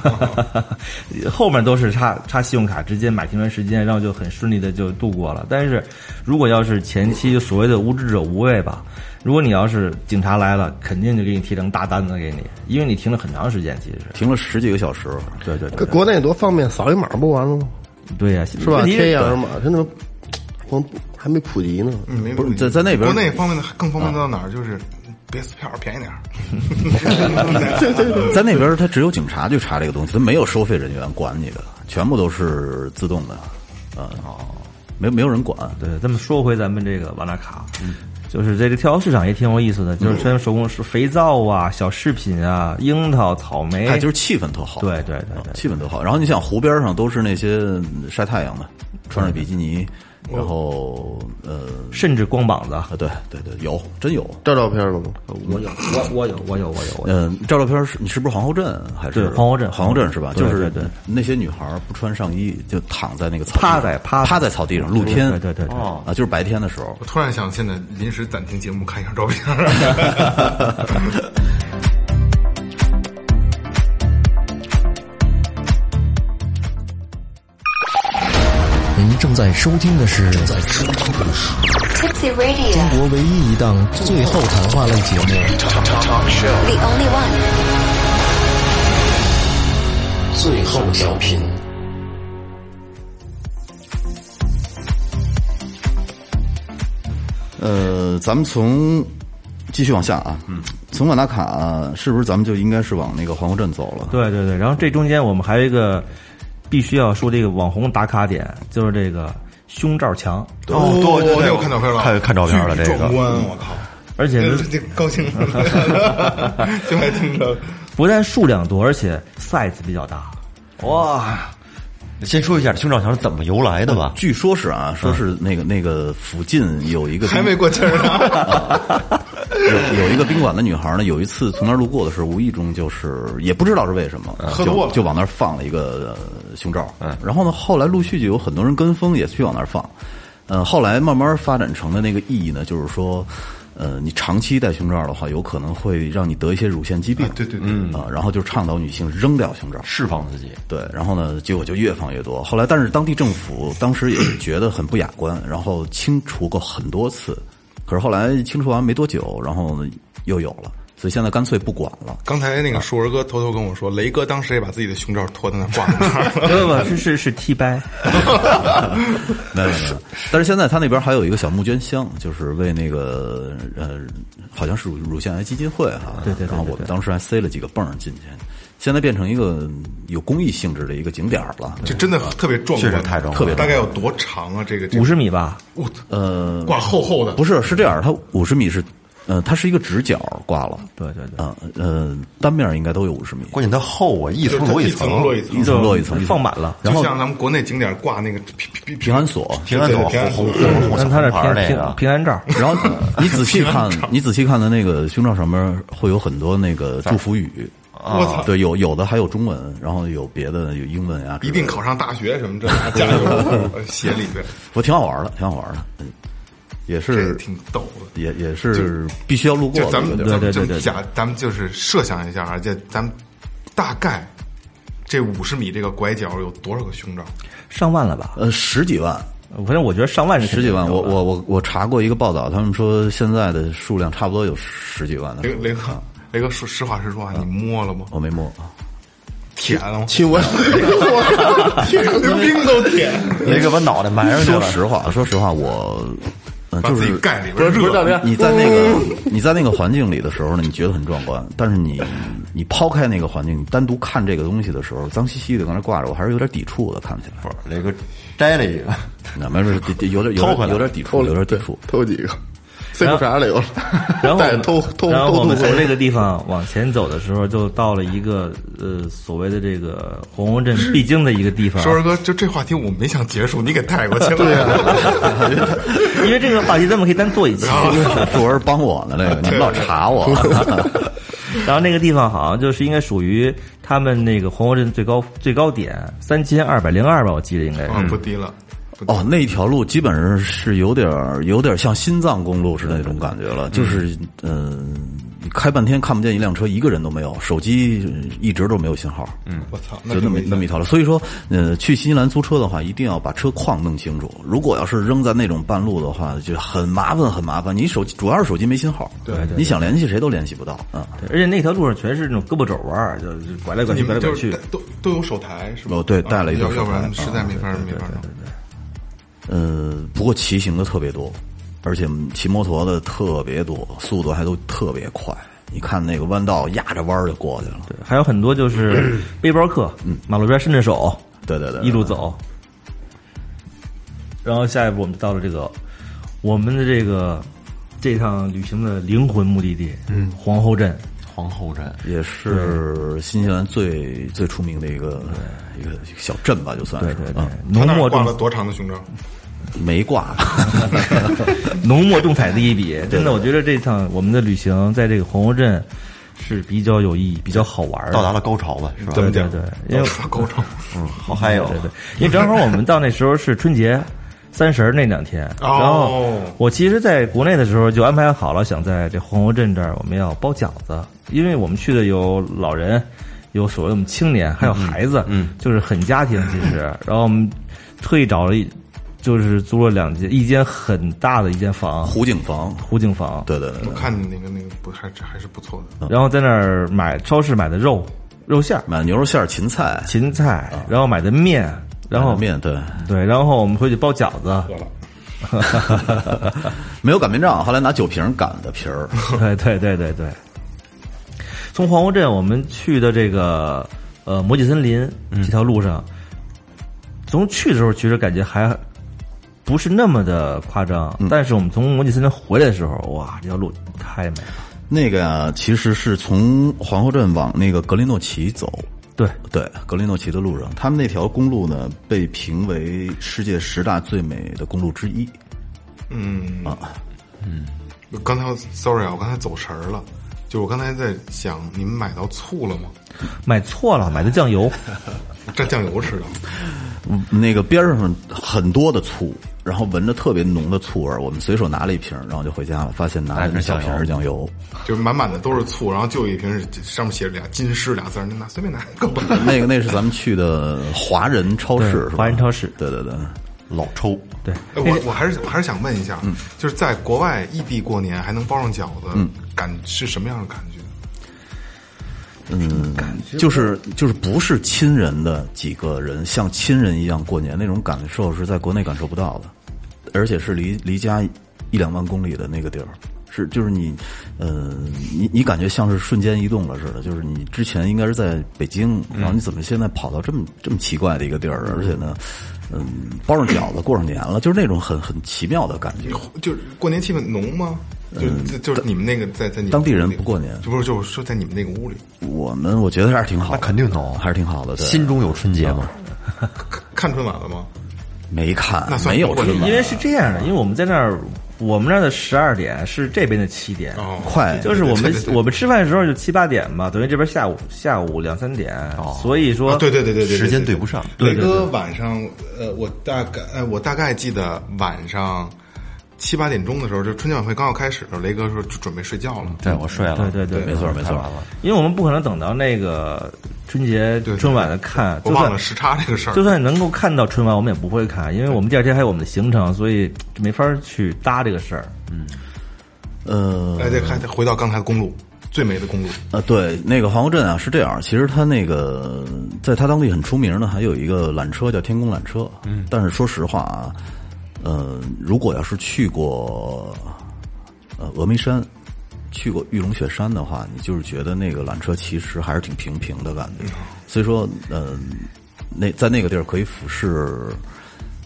Speaker 5: 嗯
Speaker 6: 后面都是插插信用卡，直接买停车时间，然后就很顺利的就度过了。但是，如果要是前期所谓的无知者无畏吧，如果你要是警察来了，肯定就给你贴张大单子给你，因为你停了很长时间。其实，
Speaker 5: 停了十几个小时，
Speaker 6: 对对对
Speaker 7: 搁国内多方便，扫一码不完了吗？
Speaker 6: 对呀、
Speaker 7: 是吧？
Speaker 6: 问题
Speaker 7: 贴一二维码，真的光还没普及呢。
Speaker 3: 嗯没
Speaker 5: 不是在在那边
Speaker 3: 国内方便的更方便到哪儿？就是别撕票，便宜点儿。
Speaker 5: 在那边儿他只有警察去查这个东西，他没有收费人员管你的，全部都是自动的，嗯，
Speaker 6: 哦
Speaker 5: 没没有人管。
Speaker 6: 对，这么说回咱们这个瓦纳卡，就是这个跳蚤市场也挺有意思的，就是全手工是肥皂啊、小饰品啊、樱桃、草莓，
Speaker 5: 哎，就是气氛特好，嗯
Speaker 6: 对对对对
Speaker 5: 气氛特好。然后你想湖边上都是那些晒太阳的，穿着比基尼，然后呃
Speaker 6: 甚至光膀子。
Speaker 5: 啊，对对对，有真有。
Speaker 7: 照照片了吗？
Speaker 6: 我有，我我有，我有，我有，我有。
Speaker 5: 嗯，照照片是你是不是皇后镇啊还是
Speaker 6: 对皇后镇
Speaker 5: 皇后镇是吧？
Speaker 6: 对
Speaker 5: 就
Speaker 6: 对
Speaker 5: 是
Speaker 6: 对
Speaker 5: 那些女孩儿不穿上衣就躺在那个草地
Speaker 6: 趴
Speaker 5: 上
Speaker 6: 在趴
Speaker 5: 趴
Speaker 6: 在
Speaker 5: 在草地上，露天
Speaker 6: 对对对对
Speaker 5: 啊，就是白天的时候
Speaker 3: 我。突然想，现在临时暂停节目，看一下照片。
Speaker 2: 您正在收听的是正在收听
Speaker 8: Tipsy Radio,
Speaker 2: 中国唯一一档最后谈话类节目
Speaker 8: the only one.
Speaker 2: 《最后调频》。
Speaker 5: 呃，咱们从继续往下啊，嗯，从瓦纳卡是不是咱们就应该是往那个皇后镇走了？
Speaker 6: 对对对，然后这中间我们还有一个必须要说这个网红打卡点，就是这个胸罩墙，
Speaker 3: 哦，对对，我看照片了，
Speaker 4: 看呃看照片了
Speaker 3: 巨
Speaker 4: 这个
Speaker 3: 壮观，我靠！
Speaker 6: 而且
Speaker 3: 这这高兴，就爱听着。
Speaker 6: 不但数量多，而且 size 比较大。哇，
Speaker 4: 先说一下胸罩墙是怎么由来的吧？
Speaker 5: 据说是啊，说是那个那个附近有一 个
Speaker 3: 还没过气儿呢。
Speaker 5: 有有一个宾馆的女孩呢，有一次从那儿路过的时候，无意中就是也不知道是为什么，
Speaker 3: 啊喝多
Speaker 5: 就
Speaker 3: 了嗯
Speaker 5: 就往那儿放了一个呃胸罩。然后呢，后来陆续就有很多人跟风，也去往那儿放。呃，后来慢慢发展成的那个意义呢，就是说，呃，你长期戴胸罩的话，有可能会让你得一些乳腺疾病。
Speaker 3: 对对对
Speaker 5: 啊、然后就倡导女性扔掉胸罩。
Speaker 4: 释放自己，
Speaker 5: 对，然后呢，结果就越放越多。后来，但是当地政府当时也是觉得很不雅观，然后清除过很多次，可是后来清除完没多久，然后呢又有了，所以现在干脆不管了。
Speaker 3: 刚才那个树儿哥偷偷跟我说，雷哥当时也把自己的胸罩脱在那挂在 那儿
Speaker 6: 不不，是是是 T 掰，
Speaker 5: 没有没有没有，但是现在他那边还有一个小募捐箱，就是为那个呃，好像是乳乳腺癌基金会哈、
Speaker 6: 对对对对
Speaker 5: 然后我们当时还塞了几个泵儿进去，现在变成一个有公益性质的一个景点儿了。
Speaker 3: 这真的特别壮观，
Speaker 4: 确实太壮观了
Speaker 3: 特别大概有多长啊？这个这个
Speaker 6: 五十米吧，
Speaker 3: 我呃挂厚厚的，
Speaker 5: 不是，是这样，它五十米是，呃，它是一个直角挂了。
Speaker 6: 对对对，
Speaker 5: 啊，呃，单面应该都有五十米，
Speaker 4: 关键它厚啊，一
Speaker 3: 就
Speaker 4: 层
Speaker 3: 是它
Speaker 4: 摞
Speaker 3: 一
Speaker 4: 层
Speaker 3: 层，摞一层
Speaker 5: 一，层摞一层，一层
Speaker 6: 放满了。
Speaker 3: 就
Speaker 5: 然后
Speaker 3: 像咱们国内景点挂那个平平
Speaker 5: 平安锁。
Speaker 4: 平安锁
Speaker 3: 对对
Speaker 4: 红
Speaker 3: 对
Speaker 4: 红红
Speaker 3: 平
Speaker 4: 红小
Speaker 6: 但它是
Speaker 4: 红
Speaker 6: 平
Speaker 4: 牌儿那
Speaker 6: 平
Speaker 4: 个，
Speaker 6: 平安罩，
Speaker 5: 然后你仔细看，你仔细看的那个胸罩上面会有很多那个祝福语，啊
Speaker 3: 我操
Speaker 5: 对，有有的还有中文，然后有别的有英文啊之类的，
Speaker 3: 一定考上大学什么这那加油呃写里边，
Speaker 5: 我挺好玩的，挺好玩的，嗯，也
Speaker 3: 这
Speaker 5: 是
Speaker 3: 挺逗的。
Speaker 5: 也也是必须要路过
Speaker 3: 就
Speaker 5: 的
Speaker 3: 咱
Speaker 5: 一
Speaker 3: 们
Speaker 5: 个地
Speaker 3: 咱
Speaker 5: 儿，
Speaker 3: 们
Speaker 6: 对对
Speaker 3: 就
Speaker 6: 对对
Speaker 3: 假，咱们就是设想一下啊，这咱们大概这五十米这个拐角有多少个胸罩？
Speaker 6: 上万了吧？
Speaker 5: 呃，十几万，
Speaker 6: 反正我觉得上万是
Speaker 5: 十几万，
Speaker 6: 肯定
Speaker 5: 我
Speaker 6: 有
Speaker 5: 我
Speaker 6: 的
Speaker 5: 我我查过一个报道，他们说现在的数量差不多有十几万的
Speaker 3: 雷，雷哥，雷哥说实话实说啊，你摸了吗？
Speaker 5: 我没摸，
Speaker 3: 舔了吗？
Speaker 7: 亲我，我
Speaker 3: 舔溜冰都舔，
Speaker 4: 雷哥把脑袋埋上去
Speaker 5: 说
Speaker 4: 了。
Speaker 5: 实话，说实话，我嗯，
Speaker 3: 把
Speaker 5: 就
Speaker 3: 自己
Speaker 5: 是
Speaker 3: 盖里边
Speaker 7: 不是
Speaker 3: 热
Speaker 7: 教练，
Speaker 5: 你在那个你在那个环境里的时候呢，你觉得很壮观，但是你你抛开那个环境，你单独看这个东西的时候，脏兮兮的搁那挂着，我还是有点抵触的，看起来，
Speaker 4: 雷哥摘了一个，
Speaker 5: 那没事，有点有
Speaker 4: 偷回
Speaker 5: 点
Speaker 4: 来
Speaker 5: 有点抵触，有点抵触。
Speaker 7: 偷几个， 塞不啥了有了，
Speaker 6: 然后我
Speaker 7: 带
Speaker 6: 们
Speaker 7: 偷偷
Speaker 6: 然后我
Speaker 7: 偷
Speaker 6: 们
Speaker 7: 渡
Speaker 6: 从
Speaker 7: 过
Speaker 6: 这个地方往前走的时候，就到了一个呃所谓的这个黄龙镇必经的一个地方。
Speaker 3: 说儿哥，就这话题我没想结束，你给带过 去了。对
Speaker 5: 啊
Speaker 6: 因为这个话题咱们可以单做一期。
Speaker 5: 作文帮我呢，那个你们老查我，
Speaker 6: 然后那个地方好像就是应该属于他们那个黄河镇最高最高点三千二百零二吧，我记得应该
Speaker 5: 嗯
Speaker 3: 啊，
Speaker 6: 是。
Speaker 3: 不低了。不低
Speaker 5: 哦，那一条路基本上是有点儿有点像新藏公路似的那种感觉了，就是嗯、你开半天看不见一辆车，一个人都没有，手机一直都没有信号，嗯，
Speaker 3: 我操，
Speaker 5: 就那么那么一条路。所以说，呃，去新西兰租车的话，一定要把车况弄清楚。如果要是扔在那种半路的话，就很麻烦，很麻烦。你手机主要是手机没信号，对，你想联系谁都联系不到啊。
Speaker 6: 对而且那条路上全是那种胳膊肘弯儿，就就拐来拐
Speaker 3: 你
Speaker 6: 去，拐
Speaker 3: 们
Speaker 6: 来拐
Speaker 3: 就是
Speaker 6: 去
Speaker 3: 带。都都有手台是吧？
Speaker 5: 哦对
Speaker 3: 啊
Speaker 5: 带了一个
Speaker 3: 要
Speaker 5: 手
Speaker 3: 要
Speaker 5: 台啊
Speaker 3: 不然实在没法没法弄。
Speaker 5: 呃，不过骑行的特别多，而且骑摩托的特别多，速度还都特别快。你看那个弯道压着弯儿就过去了，
Speaker 6: 对还有很多就是背包客，马路边伸着手，
Speaker 5: 对对对，
Speaker 6: 一路走。然后下一步我们就到了这个我们的这个这趟旅行的灵魂目的地，嗯，皇后镇。
Speaker 4: 皇后镇，
Speaker 5: 也是新西兰最最出名的一个一个一个小镇吧，就算是啊，
Speaker 6: 浓
Speaker 3: 那
Speaker 6: 墨
Speaker 3: 儿挂
Speaker 6: 重
Speaker 3: 了多长的胸 罩？
Speaker 5: 没挂。
Speaker 6: 浓墨重彩的一笔，真的，我觉得这趟我们的旅行在这个皇后镇是比较有意义、比较好玩的。
Speaker 4: 到达了高潮吧，是吧？
Speaker 6: 对对对，因为
Speaker 3: 够长
Speaker 4: 好嗨哟！
Speaker 6: 对对，因为正好我们到那时候是春节。三十儿那两天，
Speaker 3: 哦
Speaker 6: 然后我其实在国内的时候就安排好了，想在这皇后镇这儿我们要包饺子，因为我们去的有老人，有所谓我们青年，还有孩子，嗯，就是很家庭其实。然后我们特意找了一，就是租了两间，一间很大的一间房，
Speaker 5: 湖景房，
Speaker 6: 湖景房，
Speaker 5: 对对对
Speaker 3: 我
Speaker 5: 对，
Speaker 3: 看你那个那个不还还是不错的。
Speaker 6: 然后在那儿买超市买的肉、肉馅儿、
Speaker 5: 买牛肉馅儿、芹菜、
Speaker 6: 芹菜，然后啊买的面，然后
Speaker 5: 面，对，
Speaker 6: 对，然后我们回去包饺子，
Speaker 5: 没有擀面杖，后来拿酒瓶擀的皮儿。
Speaker 6: 对对对对对。从皇后镇我们去的这个呃魔界森林
Speaker 3: 嗯
Speaker 6: 这条路上，从去的时候其实感觉还不是那么的夸张，
Speaker 3: 嗯
Speaker 6: 但是我们从魔界森林回来的时候，哇，这条路太美了。
Speaker 5: 啊那个呀、其实是从皇后镇往那个格林诺奇走，
Speaker 6: 对，
Speaker 5: 对，格林诺奇的路上，他们那条公路呢被评为世界十大最美的公路之一。嗯啊，
Speaker 3: 刚才我 sorry 啊，我刚才走神儿了，就我刚才在想，你们买到醋了吗？
Speaker 6: 买错了，买的 酱油，
Speaker 3: 蘸酱油吃的。
Speaker 5: 嗯那个边儿上很多的醋，然后闻着特别浓的醋味儿。我们随手拿了一瓶，然后就回家了，发现拿了一小瓶儿酱油。
Speaker 3: 就满满的都是醋，然后就有一瓶是上面写着俩“金狮”俩字儿，你拿随便拿一个吧。
Speaker 5: 那个那是咱们去的华人超市，
Speaker 6: 对
Speaker 5: 是吧
Speaker 6: 华人超市
Speaker 5: 对对对，
Speaker 4: 老抽，
Speaker 6: 对，
Speaker 3: 哎我我还是我还是想问一下，就是在国外异地过年还能包上饺子，感是什么样的感觉？
Speaker 5: 就是就是不是亲人的几个人像亲人一样过年那种感受是在国内感受不到的，而且是离离家一两万公里的那个地儿，是就是你，呃，你你感觉像是瞬间移动了似的，就是你之前应该是在北京，然后你怎么现在跑到这么这么奇怪的一个地儿，而且呢，嗯，包上饺子过上年了，就是那种很很奇妙的感觉。
Speaker 3: 就是过年气氛浓吗？就就是你们那个在在你们
Speaker 5: 当地人
Speaker 3: 屋里
Speaker 5: 不过年
Speaker 3: 就不是就是说在你们那个屋里，
Speaker 5: 我们我觉得还是挺好
Speaker 4: 那
Speaker 5: 的，
Speaker 4: 肯定浓
Speaker 5: 还是挺好的。对
Speaker 4: 心中有春节嘛。
Speaker 3: 看看春晚了吗？
Speaker 5: 没看
Speaker 3: 那，算
Speaker 5: 没有
Speaker 3: 过年
Speaker 5: 春晚
Speaker 6: 因为是这样的，因为我们在那儿，我们那儿的十二点是这边的七点，
Speaker 3: 哦，
Speaker 5: 快
Speaker 6: 就是我
Speaker 3: 对
Speaker 6: 们
Speaker 3: 对对
Speaker 6: 我们吃饭的时候就七八点吧，等于这边下午下午两三点，所以说
Speaker 3: 啊，对对对对对，
Speaker 4: 时间对不上
Speaker 3: 磊哥晚上，呃，我大概，呃，我大概记得晚上七八点钟的时候，就春节晚会刚要开始的时候，雷哥说准备睡觉了。
Speaker 4: 对，我睡了。
Speaker 6: 对对对，
Speaker 5: 没错没错。
Speaker 6: 因为我们不可能等到那个春节
Speaker 3: 对对
Speaker 6: 春晚的看，
Speaker 3: 我
Speaker 6: 就
Speaker 3: 忘
Speaker 6: 算
Speaker 3: 了时差这个事儿
Speaker 6: 就。算能够看到春晚，我们也不会看，因为我们第二天还有我们的行程，所以没法去搭这个事儿。
Speaker 3: 嗯
Speaker 5: 呃，
Speaker 3: 哎，再看，再回到刚才的公路，最美的公路，
Speaker 5: 啊，对，那个皇后镇啊是这样，其实它那个在它当地很出名的，还有一个缆车叫天宫缆车。嗯，但是说实话啊，呃，如果要是去过呃峨眉山，去过玉龙雪山的话，你就是觉得那个缆车其实还是挺平平的感觉。所以说，呃，那在那个地儿可以俯视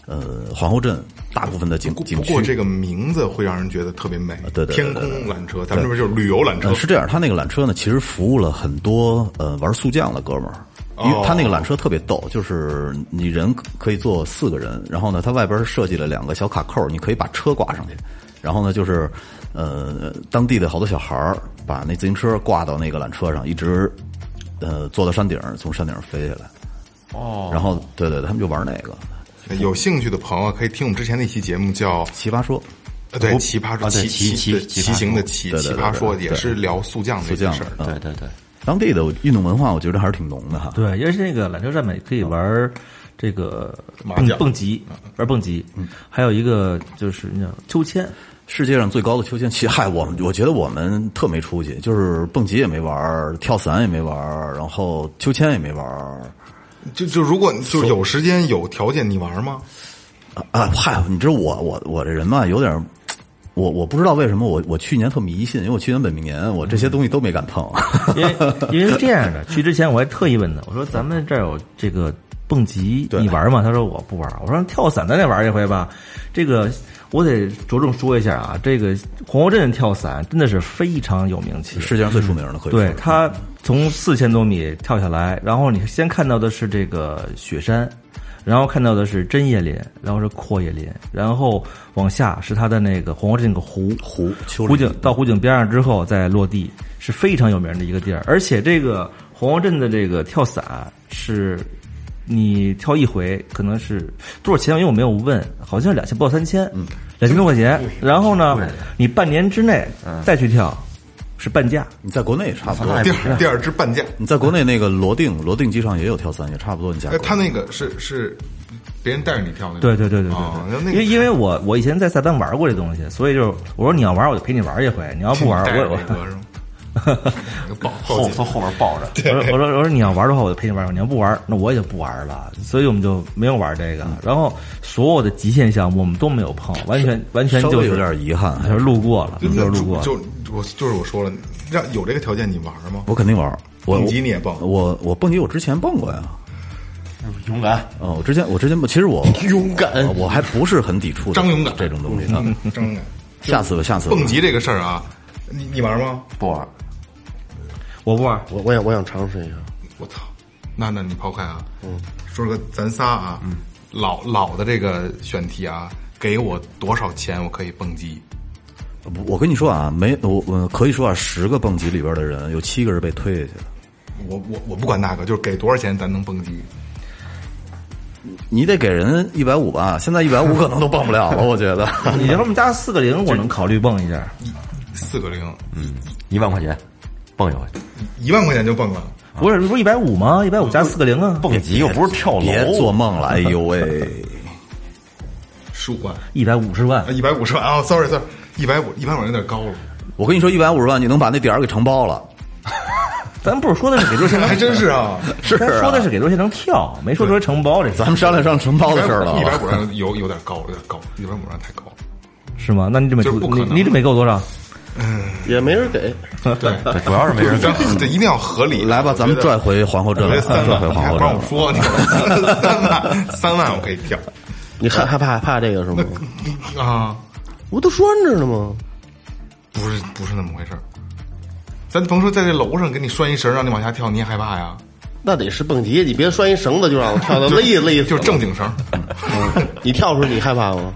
Speaker 5: 呃皇后镇大部分的景
Speaker 3: 不
Speaker 5: 景
Speaker 3: 不
Speaker 5: 区。啊
Speaker 3: 过这个名字会让人觉得特别美。
Speaker 5: 对对对
Speaker 3: 天空缆车，咱们这边就是旅游缆车
Speaker 5: 呃，。是这样，他那个缆车呢，其实服务了很多呃玩速降的哥们儿，因
Speaker 3: 哦
Speaker 5: 为他那个缆车特别逗，就是你人可以坐四个人，然后呢，它外边设计了两个小卡扣，你可以把车挂上去，然后呢，就是呃当地的好多小孩儿把那自行车挂到那个缆车上，一直呃坐到山顶儿，从山顶上飞下来。哦，然后对对，对他们就玩那个
Speaker 3: 有兴趣的朋友可以听我们之前的一期节目，叫
Speaker 5: 奇葩说，
Speaker 3: 呃对
Speaker 4: 不
Speaker 3: 奇葩说
Speaker 4: 啊对骑
Speaker 3: 骑骑
Speaker 4: 骑
Speaker 3: 骑
Speaker 4: 奇葩
Speaker 3: 行
Speaker 4: 说
Speaker 3: 的奇
Speaker 5: 对
Speaker 3: 奇
Speaker 5: 对对
Speaker 3: 葩说，
Speaker 5: 对
Speaker 3: 也
Speaker 5: 对
Speaker 3: 是聊速降
Speaker 5: 速
Speaker 3: 这
Speaker 5: 降
Speaker 3: 个事儿。
Speaker 5: 嗯
Speaker 4: 对对对，
Speaker 5: 当地的运动文化，我觉得还是挺浓的哈。
Speaker 6: 对，因为那个缆车上面可以玩儿这个
Speaker 3: 麻
Speaker 6: 蹦
Speaker 3: 将嗯
Speaker 6: 蹦极，玩蹦极，还有一个就是那种秋千，
Speaker 5: 世界上最高的秋千，其实嗨，我们我觉得我们特没出息，就是蹦极也没玩儿，跳伞也没玩儿，然后秋千也没玩儿
Speaker 3: 就就如果就是有时间有条件，你玩吗？
Speaker 5: 啊啊！嗨，你知道我我我这人吧，有点儿，我我不知道为什么我我去年特迷信，因为我去年本命年，我这些东西都没敢碰。
Speaker 6: 因为因为是这样的，去之前我还特意问他，我说咱们这儿有这个蹦极，
Speaker 5: 对
Speaker 6: 你玩吗？他说我不玩。我说跳伞咱得玩一回吧。这个我得着重说一下啊，这个皇后镇跳伞真的是非常有名气，
Speaker 5: 世界上最出名的可以说
Speaker 6: 对他从四千多米跳下来，然后你先看到的是这个雪山，然后看到的是针叶林，然后是阔叶林，然后往下是他的那个皇后镇那个湖
Speaker 5: 湖丘陵
Speaker 6: 湖景到湖景边上之后再落地，是非常有名的一个地儿。而且这个皇后镇的这个跳伞是。你跳一回可能是多少钱？因为我没有问，好像两千不到三千，
Speaker 3: 嗯
Speaker 6: 两千多块钱。然后呢，你半年之内
Speaker 3: 嗯
Speaker 6: 再去跳，是半价。
Speaker 5: 你在国内也差不多，
Speaker 3: 第二第二只半价，
Speaker 5: 你在国内那个罗定罗定机场也有跳伞，也差不多。你价
Speaker 3: 哎
Speaker 5: 格，
Speaker 3: 他那个是是别人带着你跳那种。
Speaker 6: 对对对对
Speaker 3: 哦
Speaker 6: 对
Speaker 3: 那那
Speaker 6: 对，因
Speaker 3: 个
Speaker 6: 为因为我我以前在塞班玩过这东西，所以就是我说你要玩我就陪你玩一回，你要不 玩
Speaker 3: 带着
Speaker 6: 我我
Speaker 3: 那 个是吗？那个抱
Speaker 4: 后
Speaker 3: 后
Speaker 4: 从后面抱着，
Speaker 6: 我说我说我说你要玩的话我就陪你玩，你要不玩那我也就不玩了，所以我们就没有玩这个。然后所有的极限项目我们都没有碰，完全完全
Speaker 5: 稍
Speaker 6: 就
Speaker 5: 微
Speaker 6: 是
Speaker 5: 有点遗憾，还
Speaker 6: 就是是路过了，我
Speaker 3: 就
Speaker 6: 们
Speaker 3: 那
Speaker 6: 就是路过了。
Speaker 3: 就我就是我说了，让有这个条件你玩吗？
Speaker 5: 我肯定玩儿。我
Speaker 3: 蹦极你也蹦
Speaker 5: 我我蹦极我之前蹦过呀。
Speaker 4: 勇敢。
Speaker 5: 哦，我之前我之前不，其实我
Speaker 4: 勇敢
Speaker 5: 呃我还不是很抵触
Speaker 3: 张勇敢
Speaker 5: 这种东西的。
Speaker 3: 张感
Speaker 5: 下次吧，下次吧
Speaker 3: 蹦极这个事儿啊，你你玩吗？
Speaker 4: 不玩，
Speaker 6: 我不玩，
Speaker 7: 我我也我想尝试一下，
Speaker 3: 我操，那那你抛开啊，嗯，说个咱仨啊，
Speaker 6: 嗯
Speaker 3: 老老的这个选题啊，给我多少钱我可以蹦极？
Speaker 5: 我跟你说啊，没我我可以说啊，十个蹦极里边的人有七个是被推下去的。
Speaker 3: 我我我不管那个，就是给多少钱咱能蹦极？
Speaker 5: 你得给人一百五吧，现在一百五可能都蹦不了了，我觉得。
Speaker 6: 你要这么加四个零，我能考虑蹦一下。
Speaker 3: 四个零，
Speaker 4: 一万块钱，蹦一回，
Speaker 3: 一万块钱就蹦了。
Speaker 6: 不是，不是一百五吗？一百五加四个零啊，
Speaker 4: 蹦极又不是跳楼，
Speaker 5: 别做梦了，哎呦喂！
Speaker 3: 十五万，
Speaker 6: 一百五十万。
Speaker 3: 一百五十万啊！Sorry Sorry，一百五一百五有点高了，
Speaker 5: 我跟你说，一百五十万你能把那点儿给承包了，
Speaker 6: 咱不是说的是给多少钱能
Speaker 3: 还真 是啊。
Speaker 5: 是
Speaker 6: 咱
Speaker 5: 啊
Speaker 6: 说的是给多少钱能跳，没说说承包这事
Speaker 5: 咱们商量商量承包的事儿了。
Speaker 3: 一百五上有有点高，有点高，一百五上太高了。
Speaker 6: 是吗？那你准备
Speaker 3: 就是不可
Speaker 6: 你
Speaker 3: 能
Speaker 6: 你准备给我多少？
Speaker 7: 也没人给，
Speaker 4: 对，主要是没 人
Speaker 3: 咱这一定要合理。
Speaker 5: 来吧，咱们拽回皇后
Speaker 3: 我
Speaker 5: 镇
Speaker 3: 觉
Speaker 5: 了，
Speaker 3: 得三
Speaker 5: 拽
Speaker 3: 万，
Speaker 5: 回
Speaker 3: 你
Speaker 5: 皇
Speaker 3: 还
Speaker 5: 后
Speaker 3: 不
Speaker 5: 镇
Speaker 3: 让
Speaker 5: 了
Speaker 3: 我。说，你看三万，三万我可以跳
Speaker 7: 你害害怕害怕这个是吗？
Speaker 3: 啊！
Speaker 7: 我都拴着呢吗？
Speaker 3: 不是不是那么回事儿，咱甭说在这楼上给你拴一绳，让你往下跳，你也害怕呀？
Speaker 7: 那得是蹦极，你别拴一绳 子就让我跳到累累死
Speaker 3: 就
Speaker 7: 了
Speaker 3: 是正经绳，
Speaker 7: 你跳出去你害怕吗？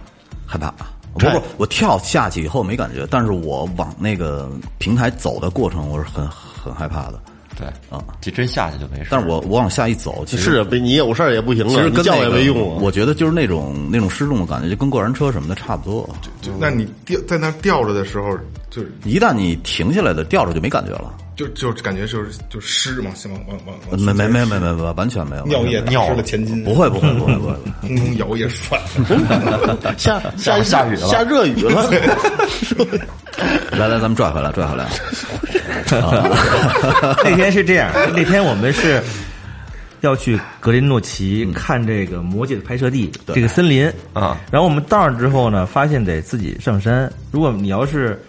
Speaker 5: 害怕。不不，我跳下去以后没感觉，但是我往那个平台走的过程，我是很很害怕的。
Speaker 4: 对啊，这真下去就没事。
Speaker 5: 但是我我往下一走，其实
Speaker 7: 是啊被你有事儿也不行
Speaker 5: 其
Speaker 7: 了，
Speaker 5: 实
Speaker 7: 你
Speaker 5: 跟那
Speaker 7: 叫也
Speaker 5: 个
Speaker 7: 没用啊。
Speaker 5: 我觉得就是那种那种失重的感觉，就跟过山车什么的差不多。
Speaker 3: 就那你吊在那儿吊着的时候，就是
Speaker 5: 一旦你停下来的吊着就没感觉了，
Speaker 3: 就就感觉就是就湿嘛，先往往往往
Speaker 5: 没没没没没没，完全没有
Speaker 3: 尿液打湿了前襟，
Speaker 5: 不会不会不会不 会，
Speaker 3: 空中摇曳甩。
Speaker 7: 下下
Speaker 4: 下雨了
Speaker 7: 下热雨了，
Speaker 5: 来来，咱们拽回来拽回来，
Speaker 6: 那天是这样，那天我们是要去格林诺奇看这个《魔戒》的拍摄地，这个森林
Speaker 4: 啊。
Speaker 6: 然后我们到那儿之后呢，发现得自己上山。如果你要是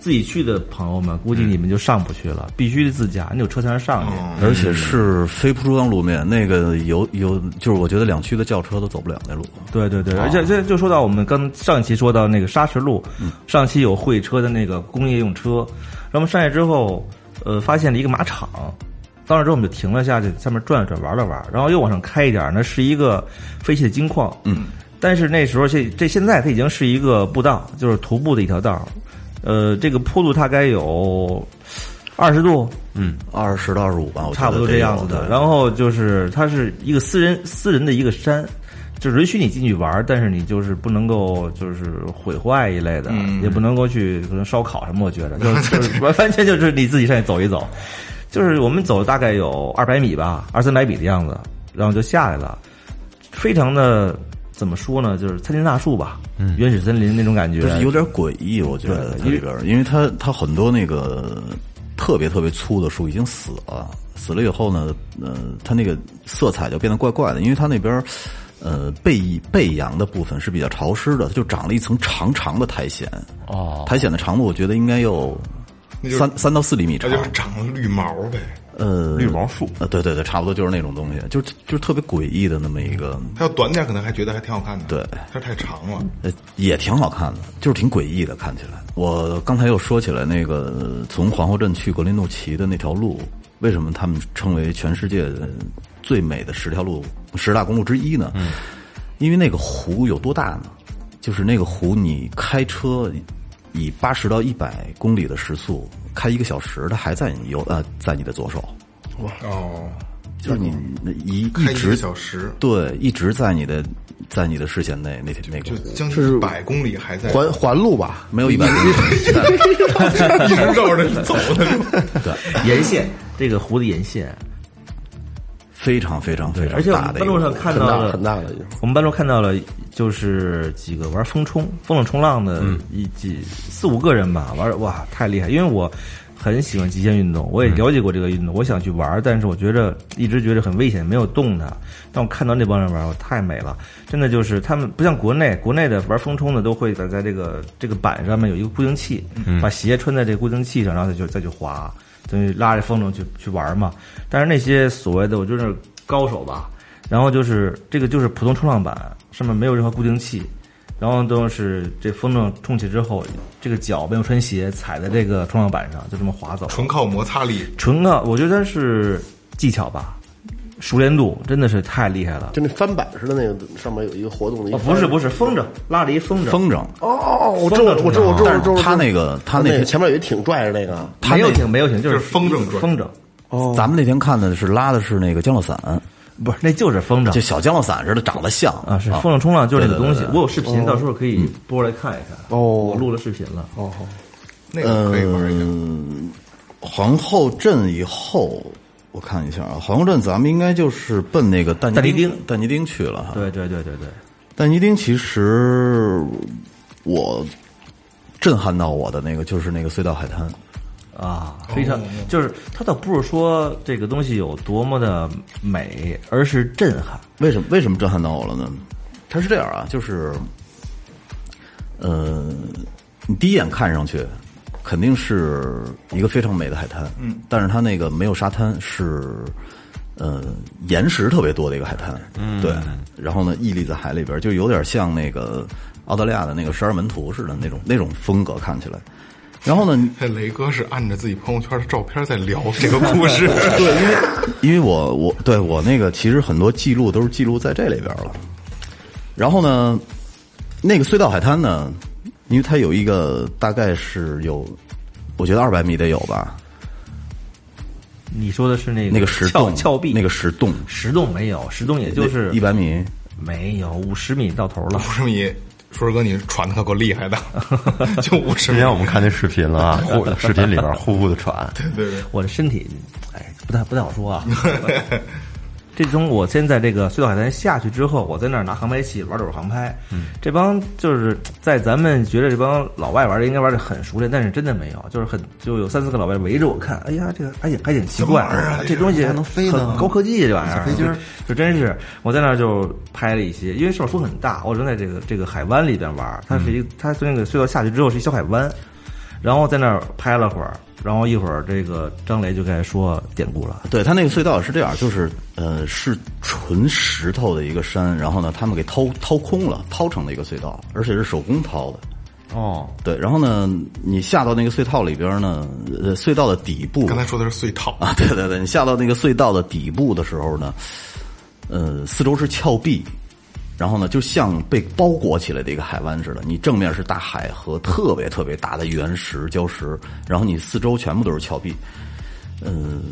Speaker 6: 自己去的朋友们，估计你们就上不去了，必须得自驾，你有车才能上去。
Speaker 5: 而且是非铺装路面，那个有有就是我觉得两驱的轿车都走不了那路。
Speaker 6: 对对对，而且这就说到我们刚上一期说到那个沙石路，上期有会车的那个工业用车，然后上去之后，呃，发现了一个马场，到那之后我们就停了下去，下面转了转玩了玩，然后又往上开一点，那是一个废弃的金矿，嗯，但是那时候这这现在它已经是一个步道，就是徒步的一条道，呃，这个坡度大概有二十度，
Speaker 5: 二十到二十五吧，我觉得
Speaker 6: 差不多这样子
Speaker 5: 得
Speaker 6: 的。
Speaker 5: 有
Speaker 6: 然后就是它是一个私人私人的一个山，就允许你进去玩儿，但是你就是不能够就是毁坏一类的，
Speaker 5: 嗯
Speaker 6: 也不能够去可能烧烤什么。我 觉得就是就是完完全就是你自己上去走一走，就是我们走了大概有二百米吧，二三百米的样子，然后就下来了，非常的怎么说呢，就是参天大树吧，原始森林那种感觉，
Speaker 5: 嗯就是有点诡异，我觉得它里边儿，因为它它很多那个特别特别粗的树已经死了，死了以后呢，呃，它那个色彩就变得怪怪的，因为它那边儿呃背背阳的部分是比较潮湿的，它就长了一层长长的苔藓。
Speaker 4: 哦
Speaker 5: 苔藓的长度我觉得应该有
Speaker 3: 那就是
Speaker 5: 三三到四厘米
Speaker 3: 它
Speaker 5: 长，
Speaker 3: 就是长了绿毛呗，
Speaker 5: 呃
Speaker 4: 绿毛树
Speaker 5: 呃，对对对，差不多就是那种东西，就是就是特别诡异的那么一个。
Speaker 3: 它要短点可能还觉得还挺好看的，
Speaker 5: 对，
Speaker 3: 它太长了。
Speaker 5: 呃，也挺好看的，就是挺诡异的，看起来。我刚才又说起来那个呃从皇后镇去格林诺奇的那条路，为什么他们称为全世界呃最美的十条路、十大公路之一呢？嗯，因为那个湖有多大呢？就是那个湖，你开车以八十到一百公里的时速开一个小时，它还在你右呃，在你的左手，
Speaker 3: 哦，
Speaker 5: 就是你那一
Speaker 3: 开
Speaker 5: 一
Speaker 3: 一个
Speaker 5: 直
Speaker 3: 小时，
Speaker 5: 对一直在你的在你的视线内那那个
Speaker 3: 就
Speaker 5: 湖
Speaker 3: 将近一百公里还在
Speaker 7: 环环路吧，
Speaker 5: 没有一百公里。
Speaker 3: 一直绕着走的。
Speaker 6: 沿线这个湖的沿线，
Speaker 5: 非常非常非常
Speaker 6: 而且我
Speaker 5: 大
Speaker 6: 们
Speaker 5: 的
Speaker 6: 半路上看
Speaker 7: 很
Speaker 6: 到
Speaker 7: 大
Speaker 6: 了
Speaker 7: 很大的一个。
Speaker 6: 我们半路看到了，就是几个玩风冲、风冷冲浪的
Speaker 7: 嗯
Speaker 6: 一几四五个人吧，玩哇太厉害！因为我很喜欢极限运动，我也了解过这个运动，我想去玩，但是我觉着一直觉着很危险，没有动它。但我看到那帮人玩，我太美了，真的就是他们不像国内，国内的玩风冲的都会在在这个这个板上面有一个固定器，
Speaker 7: 嗯
Speaker 6: 把鞋穿在这个固定器上，然后再就再去滑，等于拉着风筝去去玩嘛。但是那些所谓的我就是高手吧。然后就是这个就是普通冲浪板，上面没有任何固定器，然后都是这风筝冲起之后，这个脚没有穿鞋踩在这个冲浪板上，就这么滑走。啊
Speaker 3: 纯靠摩擦力，
Speaker 6: 纯靠我觉得是技巧吧，熟练度真的是太厉害了。
Speaker 7: 就那翻板似的那个上面有一个活动的一
Speaker 6: 哦，
Speaker 7: 个，
Speaker 6: 不是不是，风筝拉了一风筝，
Speaker 5: 风筝，
Speaker 7: 哦哦哦，我知道我知道我知道
Speaker 5: 但
Speaker 7: 我知道，
Speaker 5: 是他那个他
Speaker 7: 那
Speaker 5: 那
Speaker 7: 前面有一挺拽着那个，啊
Speaker 5: 他
Speaker 6: 没有
Speaker 5: 那
Speaker 6: 停没有停，就
Speaker 3: 就是风筝转
Speaker 6: 风筝
Speaker 5: 咱们那天看的是拉的是那个降落伞，
Speaker 6: 不是那就是风筝
Speaker 5: 就小降落伞似的，长得像
Speaker 6: 啊，是风筝冲浪就是那个东
Speaker 5: 对
Speaker 6: 西
Speaker 5: 对对。对
Speaker 6: 我有视频，到时候可以播来看一看。哦，我录了视频了。哦，
Speaker 3: 那个可以玩一下。
Speaker 5: 嗯皇后镇以后，我看一下啊，皇后镇咱们应该就是奔那个但尼
Speaker 6: 但尼丁
Speaker 5: 但尼丁去了哈。
Speaker 6: 对对对对对，
Speaker 5: 但尼丁其实我震撼到我的那个就是那个隧道海滩，
Speaker 6: 啊，非常就是它倒不是说这个东西有多么的美，而是震撼。
Speaker 5: 为什么为什么震撼到我了呢？它是这样啊，就是，呃，你第一眼看上去肯定是一个非常美的海滩，嗯，但是它那个没有沙滩，是呃岩石特别多的一个海滩，嗯，对，然后呢屹立在海里边，就有点像那个澳大利亚的那个十二门徒似的那种那种风格看起来。然后呢，
Speaker 3: 这雷哥是按着自己朋友圈的照片在聊这个故 事，对，
Speaker 5: 因为我我对我那个其实很多记录都是记录在这里边了。然后呢，那个隧道海滩呢，因为它有一个大概是有，我觉得二百米得有吧，
Speaker 6: 你说的是那个
Speaker 5: 那个石
Speaker 6: 峭
Speaker 5: 洞
Speaker 6: 峭壁
Speaker 5: 那个石洞，
Speaker 6: 石洞没有，石洞也就是
Speaker 5: 一百米，
Speaker 6: 没有五十米到头了。
Speaker 3: 五十米。说哥，你传的可够厉 害的，就五十
Speaker 4: 之
Speaker 3: 米
Speaker 4: 前。我们看那视频了啊，呼视频里边呼呼的喘，
Speaker 3: 对对，
Speaker 6: 我的身体，哎，不太不太好说啊。 这从我先在这个隧道海滩下去之后，我在那儿拿航拍器玩了会儿航拍。嗯，这帮就是在咱们觉得这帮老外玩的应该玩的很熟练，但是真的没有，就是很就有三四个老外围着我看，哎呀，这个还挺还挺奇怪
Speaker 3: 怎么玩啊
Speaker 6: 这东西
Speaker 4: 还能飞呢
Speaker 6: 很高科技这玩意儿，啊
Speaker 4: 小飞机儿
Speaker 6: 就就真是我在那儿就拍了一些，因为少数很大，我正在这个这个海湾里边玩儿，它是一
Speaker 4: 嗯
Speaker 6: 个它从那个隧道下去之后是一小海湾，然后在那儿拍了会儿，然后一会儿这个张雷就该说典故了。
Speaker 5: 对，它那个隧道是这样，就是呃是纯石头的一个山，然后呢他们给掏掏空了，掏成了一个隧道，而且是手工掏的。
Speaker 6: 哦，
Speaker 5: 对，然后呢，你下到那个隧道里边呢，呃，隧道的底部
Speaker 3: 刚才说的是隧道，
Speaker 5: 啊，对对对，你下到那个隧道的底部的时候呢，呃，四周是峭壁，然后呢，就像被包裹起来的一个海湾似的。你正面是大海和特别特别大的原石、礁石，然后你四周全部都是峭壁，嗯、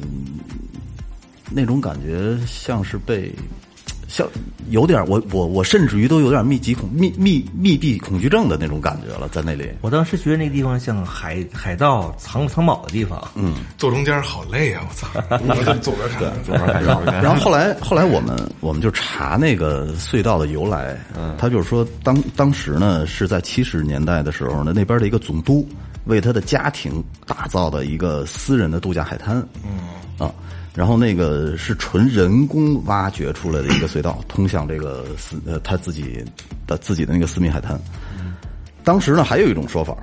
Speaker 5: 那种感觉像是被。像有点我我我甚至于都有点密集恐密密密闭恐惧症的那种感觉了，在那里。
Speaker 6: 我当时觉得那个地方像海海盗藏藏宝的地方。嗯，
Speaker 3: 坐中间好累啊！我 操，我坐边上，坐边
Speaker 5: 然后 然后后来后来我们我们就查那个隧道的由来，他就是说当当时呢是在七十年代的时候呢，那边的一个总督为他的家庭打造的一个私人的度假海滩，嗯啊，然后那个是纯人工挖掘出来的一个隧道，通向这个私呃他自己的自己的那个私密海滩。当时呢，还有一种说法，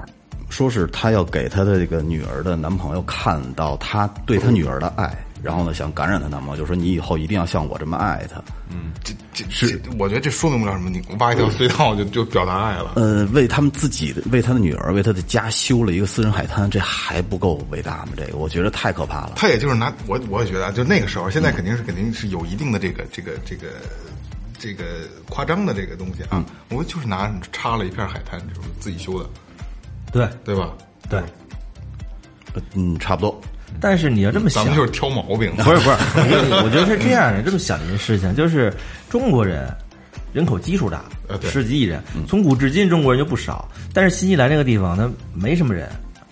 Speaker 5: 说是他要给他的这个女儿的男朋友看到他对他女儿的爱，然后呢，想感染他男朋友，就说你以后一定要像我这么爱他。
Speaker 3: 这这是，我觉得这说明不了什么。你挖一条隧道就就表达爱了，
Speaker 5: 呃，为他们自己的、为他的女儿、为他的家修了一个私人海滩，这还不够伟大吗？这个我觉得太可怕了。
Speaker 3: 他也就是拿我，我也觉得啊，就那个时候，现在肯定是肯定是有一定的这个这个这个这个夸张的这个东西啊。我就是拿插了一片海滩，就是自己修的，
Speaker 6: 对
Speaker 3: 对吧？
Speaker 6: 对。
Speaker 5: 嗯，差不多。
Speaker 6: 但是你要这么想，
Speaker 3: 咱们就是挑毛病，
Speaker 6: 不是不是，我觉得我觉得是这样的，这么想这件事情，就是中国人人口基数大
Speaker 3: 呃，对
Speaker 6: 十几亿人，从古至今中国人就不少，但是新西兰这个地方它没什么人，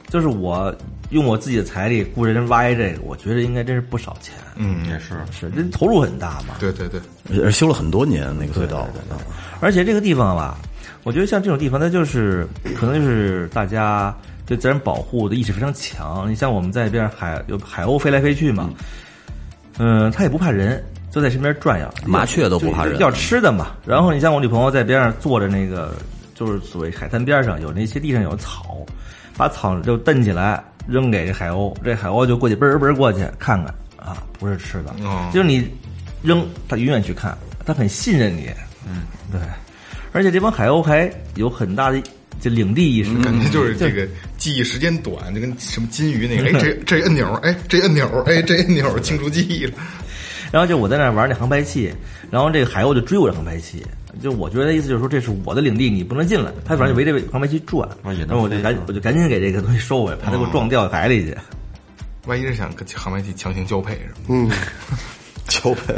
Speaker 6: 就是我用我自己的财力雇人挖一这个，我觉得应该真是不少钱，
Speaker 3: 嗯，也是，
Speaker 6: 是这投入很大嘛，
Speaker 3: 对对对，
Speaker 5: 呃修了很多年那个隧道，啊
Speaker 6: 而且这个地方吧，我觉得像这种地方，它就是可能就是大家对自然保护的意识非常强。你像我们在这边海有海鸥飞来飞去嘛，嗯、它也不怕人，就在身边转悠，
Speaker 5: 麻雀都不怕人嗯
Speaker 6: 就要吃的嘛。然后你像我女朋友在边上坐着那个，就是所谓海滩边上有那些地上有草，把草就蹬起来扔给这海鸥，这海鸥就过去嘣儿嘣儿过去看看啊，不是吃的，
Speaker 3: 哦
Speaker 6: 就是你扔它永远去看，它很信任你，嗯，对，而且这帮海鸥还有很大的这领地意识，
Speaker 3: 感觉就是这个记忆时间短，就跟什么金鱼那个，哎，这这按钮，哎，这按钮，哎，这按钮，清除记忆了。
Speaker 6: 然后就我在那儿玩那航拍器，然后这个海鸥就追我这航拍器，就我觉得他意思就是说这是我的领地，你不能进来。他反正就围着航拍器转，
Speaker 4: 嗯
Speaker 6: 然后我就赶我就赶紧给这个东西收回来，怕他给我撞掉海里去。
Speaker 3: 万一是想跟航拍器强行交配是吗？
Speaker 7: 嗯， 交配，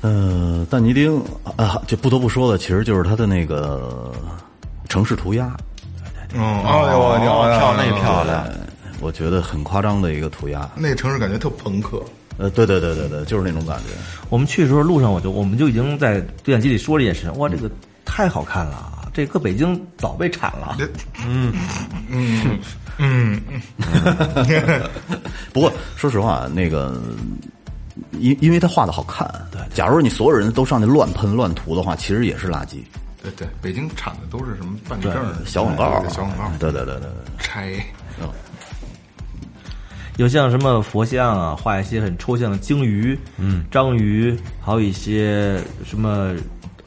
Speaker 5: 呃，但尼丁啊，就不得不说的，其实就是它的那个呃城市涂鸦，
Speaker 3: 嗯，哦，我
Speaker 4: 漂亮，漂亮，
Speaker 5: 哎我觉得很夸张的一个涂鸦。
Speaker 3: 哦那个城市感觉特朋克，
Speaker 5: 呃，对对对对对，就是那种感觉。
Speaker 6: 我们去的时候路上我就我们就已经在对讲机里说这件事，哇，这个太好看了啊，这搁北京早被铲了。
Speaker 5: 不过说实话，那个因因为它画的好看，对，假如你所有人都上去乱喷乱涂的话，其实也是垃圾，
Speaker 3: 对对，北京产的都是什么办证儿啊
Speaker 5: 小广告
Speaker 3: 对，小广告，
Speaker 5: 对对对对对，
Speaker 3: 拆。
Speaker 6: 有像什么佛像啊，画一些很抽象的鲸鱼、嗯、章鱼，还有一些什么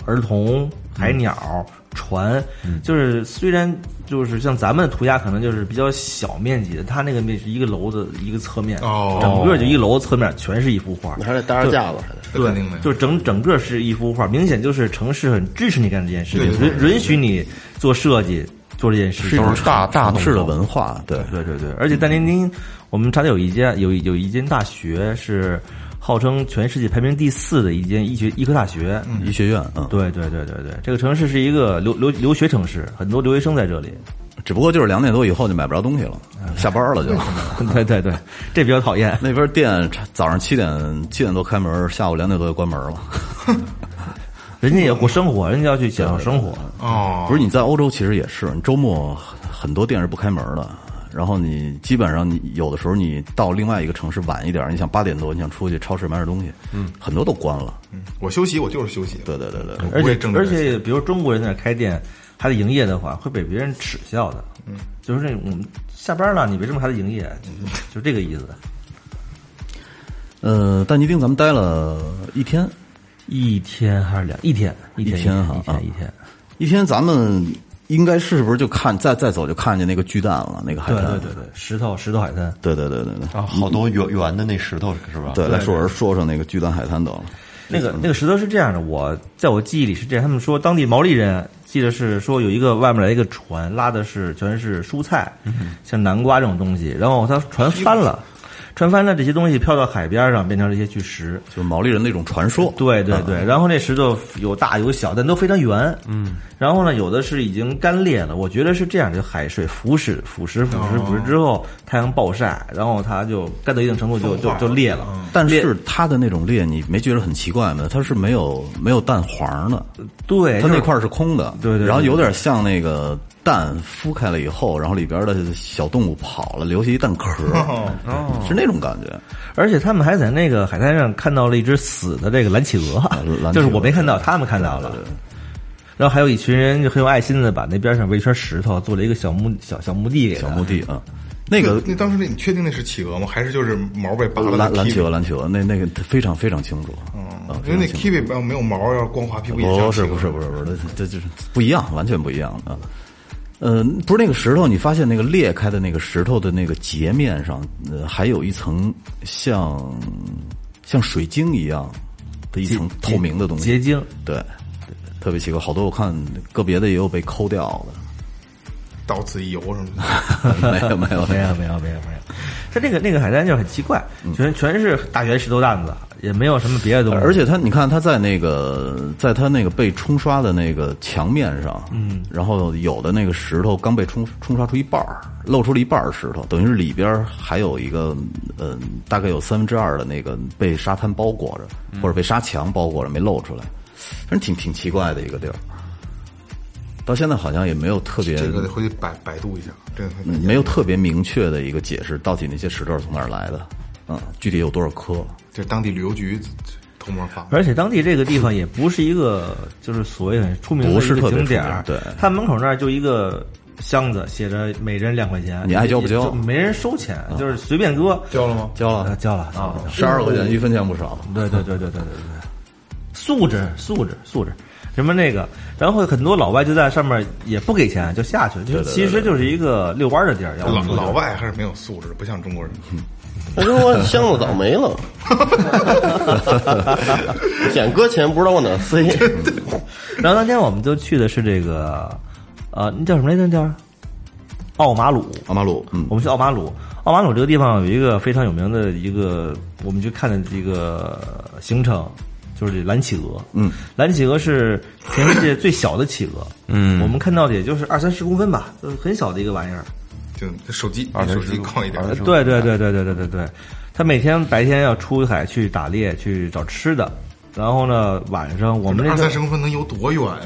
Speaker 6: 儿
Speaker 3: 嗯
Speaker 6: 童、海鸟、船，就是虽然就是像咱们涂鸦可能就是比较小面积的，它那个面是一个楼的一个侧面，
Speaker 3: 哦
Speaker 6: 整个就一楼侧面全是一幅画，
Speaker 7: 你还得搭着架子，
Speaker 3: 对，肯定的呀。
Speaker 6: 就是整整个是一幅画，明显就是城市很支持你干这件事情，
Speaker 3: 对
Speaker 6: 允允许你做设计做这件事情，
Speaker 5: 都是大大城市的文化，对
Speaker 6: 对对对，而且但林丁，我们查到有一家有有一间大学是号称全世界排名第四的一间医学医科大学。
Speaker 5: 医学院，嗯，
Speaker 6: 对对对对对，这个城市是一个留留留学城市，很多留学生在这 里。
Speaker 5: 只不过就是两点多以后就买不着东西了，
Speaker 3: 嗯
Speaker 5: 下班了就。
Speaker 6: 对对对，这比较讨厌。
Speaker 5: 那边店早上七点七点多开门，下午两点多就关门了。
Speaker 6: 人家也过生活，人家要去享受生活。
Speaker 3: 哦，
Speaker 5: 不是你在欧洲其实也是，你周末很多店是不开门的。然后你基本上你有的时候你到另外一个城市晚一点，你想八点多你想出去超市买点东西，嗯，很多都关了。
Speaker 3: 我休息，我就是休息。
Speaker 5: 对对对对，
Speaker 3: 我
Speaker 6: 而
Speaker 3: 不会
Speaker 6: 且
Speaker 3: 挣这
Speaker 6: 而
Speaker 3: 个钱
Speaker 6: 且，比如中国人在那开店，还得营业的话，会被别人耻笑的。嗯，就是那种下班了，你为什么还得营业？就这个意思。
Speaker 5: 呃，但尼丁咱们待了一天，
Speaker 6: 一天还是两一天？一天
Speaker 5: 一天哈
Speaker 6: 一
Speaker 5: 啊
Speaker 6: 天一天。
Speaker 5: 一天咱们应该是不是就看再再走就看见那个巨蛋了，那个海
Speaker 6: 对
Speaker 5: 滩
Speaker 6: 对，对对，石头石头海滩。
Speaker 5: 对对对对对对
Speaker 4: 啊， 好多圆圆的那石头是吧？
Speaker 5: 对，来说说说说那个巨蛋海滩都，
Speaker 6: 那个那个石头是这样的，我在我记忆里是这样，他们说当地毛利人记得是说有一个外面来一个船，拉的是全是蔬菜，像南瓜这种东西，然后他船翻了，船翻了这些东西飘到海边上，变成了一些巨石。
Speaker 5: 就是毛利人的一种传说。
Speaker 6: 对对对，然后那石头有大有小，但都非常圆。嗯，然后呢，有的是已经干裂了。我觉得是这样，就海水腐蚀、腐蚀、腐蚀、腐蚀之后，太阳暴晒，然后它就干到一定程度就就就裂了。
Speaker 5: 但
Speaker 6: 裂
Speaker 5: 是它的那种裂，你没觉得很奇怪吗？它是没有没有蛋黄的，
Speaker 6: 对，
Speaker 5: 它
Speaker 6: 哎就是
Speaker 5: 那块儿是空的，
Speaker 6: 对对对
Speaker 5: 然后有点像那个蛋孵开了以后，然后里边的小动物跑了，留下一蛋壳，
Speaker 6: 哦
Speaker 5: 是那种感觉。
Speaker 6: 而且他们还在那个海滩上看到了一只死的这个蓝企
Speaker 5: 啊蓝企鹅
Speaker 6: 鹅， 就是我没看到，他们看到了。然后还有一群人就很有爱心的把那边上围一圈石头，做了一个小墓小小嗯墓地给
Speaker 5: 小
Speaker 6: 它
Speaker 5: 墓地啊，那个
Speaker 3: 那当时那你确定那是企鹅吗？还是就是毛被拔了
Speaker 5: 蓝蓝
Speaker 3: 的
Speaker 5: 企
Speaker 3: kiwi？
Speaker 5: 鹅，蓝企鹅，那那个非常非常清楚，啊
Speaker 6: 哦
Speaker 3: 嗯，
Speaker 5: 非
Speaker 3: 因为
Speaker 5: 常
Speaker 3: 那
Speaker 5: 清楚
Speaker 3: kiwi 要没有毛，要是光滑屁股也像
Speaker 5: 不哦是
Speaker 3: 企鹅
Speaker 5: 不是不是不是，这这就是不一样，完全不一样啊。呃，不是那个石头，你发现那个裂开的那个石头的那个截面上，呃，还有一层像像水晶一样的一层透明的东西，
Speaker 6: 结晶。
Speaker 5: 对，特别奇怪。好多我看个别的也有被抠掉
Speaker 3: 到此一游什么的。
Speaker 5: 的， 没有没有
Speaker 6: 没有没有没有没有，它那个那个海滩就很奇怪，
Speaker 5: 嗯
Speaker 6: 全全是大圆石头蛋子，也没有什么别的东西。
Speaker 5: 而且他，你看他在那个，在他那个被冲刷的那个墙面上，嗯，然后有的那个石头刚被冲冲刷出一半儿，露出了一半儿石头，等于是里边儿还有一个，嗯、大概有三分之二的那个被沙滩包裹着，或者被沙墙包裹着没露出来，反正挺挺奇怪的一个地儿。到现在好像也没有特别，
Speaker 3: 这个得回去百百度一下，这个会
Speaker 5: 嗯没有特别明确的一个解释，到底那些石头是从哪儿来的，嗯，具体有多少颗？
Speaker 3: 这是当地旅游局偷摸发
Speaker 5: 哎
Speaker 3: 的。
Speaker 6: 而且当地这个地方也不是一个就是所谓很出名的
Speaker 5: 不是
Speaker 6: 一
Speaker 5: 特
Speaker 6: 个
Speaker 5: 别
Speaker 6: 景
Speaker 5: 出名
Speaker 6: 点儿，
Speaker 5: 对
Speaker 6: 它门口那儿就一个箱子，写着每人两块钱，
Speaker 5: 你爱交不交嗯
Speaker 6: 就没人收钱，就是随便搁。
Speaker 3: 交了吗？
Speaker 5: 交
Speaker 6: 啊
Speaker 5: 了
Speaker 6: 交了啊！
Speaker 5: 十二块钱，一分钱不少。
Speaker 6: 对对对对对对对，素质素质素质，什么那个，然后很多老外就在上面也不给钱就下去，就是其实就是一个遛弯儿的地儿。要我
Speaker 3: 老
Speaker 6: 说就是
Speaker 3: 老外还是没有素质，不像中国人。
Speaker 7: 我跟我箱子早没 了，捡搁钱不知道往哪儿塞。
Speaker 6: 然后当天我们就去的是这个，呃，那叫什么来着？那叫奥马鲁。
Speaker 5: 奥马鲁，嗯，
Speaker 6: 我们去奥马鲁，奥马鲁这个地方有一个非常有名的一个，我们去看的一个行程，就是蓝企鹅。嗯，蓝企鹅是全世界最小的企鹅。嗯，我们看到的也就是二三十公分吧，呃很小的一个玩意儿。
Speaker 3: 就手机比手机高一点，
Speaker 6: 对
Speaker 5: 啊
Speaker 6: 对对对对对对对，他每天白天要出海去打猎去找吃的，然后呢晚上我们
Speaker 3: 二
Speaker 6: 那
Speaker 3: 三
Speaker 6: 个
Speaker 3: 十公分能游多远呀？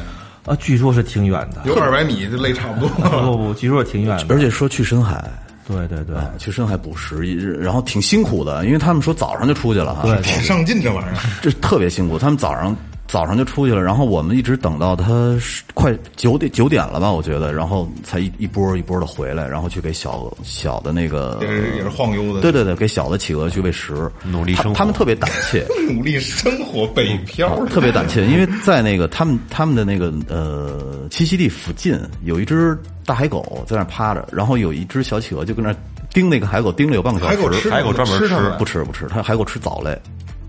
Speaker 6: 啊，据说是挺远的，
Speaker 3: 有二百米就累差 不多
Speaker 6: 不
Speaker 3: 了。
Speaker 6: 不不，据说是挺远的，
Speaker 5: 而且啊说去深海，
Speaker 6: 对对对，
Speaker 5: 去深海捕食一日，然后挺辛苦的，因为他们说早上就出去了哈，
Speaker 6: 对
Speaker 3: 挺上劲这玩意儿，
Speaker 5: 这特别辛苦。他们早上早上就出去了，然后我们一直等到他是快九点九点了吧，我觉得，然后才一一波一波的回来，然后去给小小的那个
Speaker 3: 也是也是晃悠的。
Speaker 5: 对对对，给小的企鹅去喂食，
Speaker 4: 努力生活
Speaker 5: 他他们特别胆怯，
Speaker 3: 努力生活，北漂 儿。
Speaker 5: 哦特别胆怯，因为在那个他们他们的那个呃栖息地附近有一只大海狗在那儿趴着，然后有一只小企鹅就跟那儿盯那个海狗盯了有半个小
Speaker 3: 海
Speaker 5: 时。
Speaker 3: 狗吃
Speaker 4: 海狗专门
Speaker 3: 吃它
Speaker 4: 吃
Speaker 3: 们
Speaker 5: 不吃不吃，它海狗吃藻类，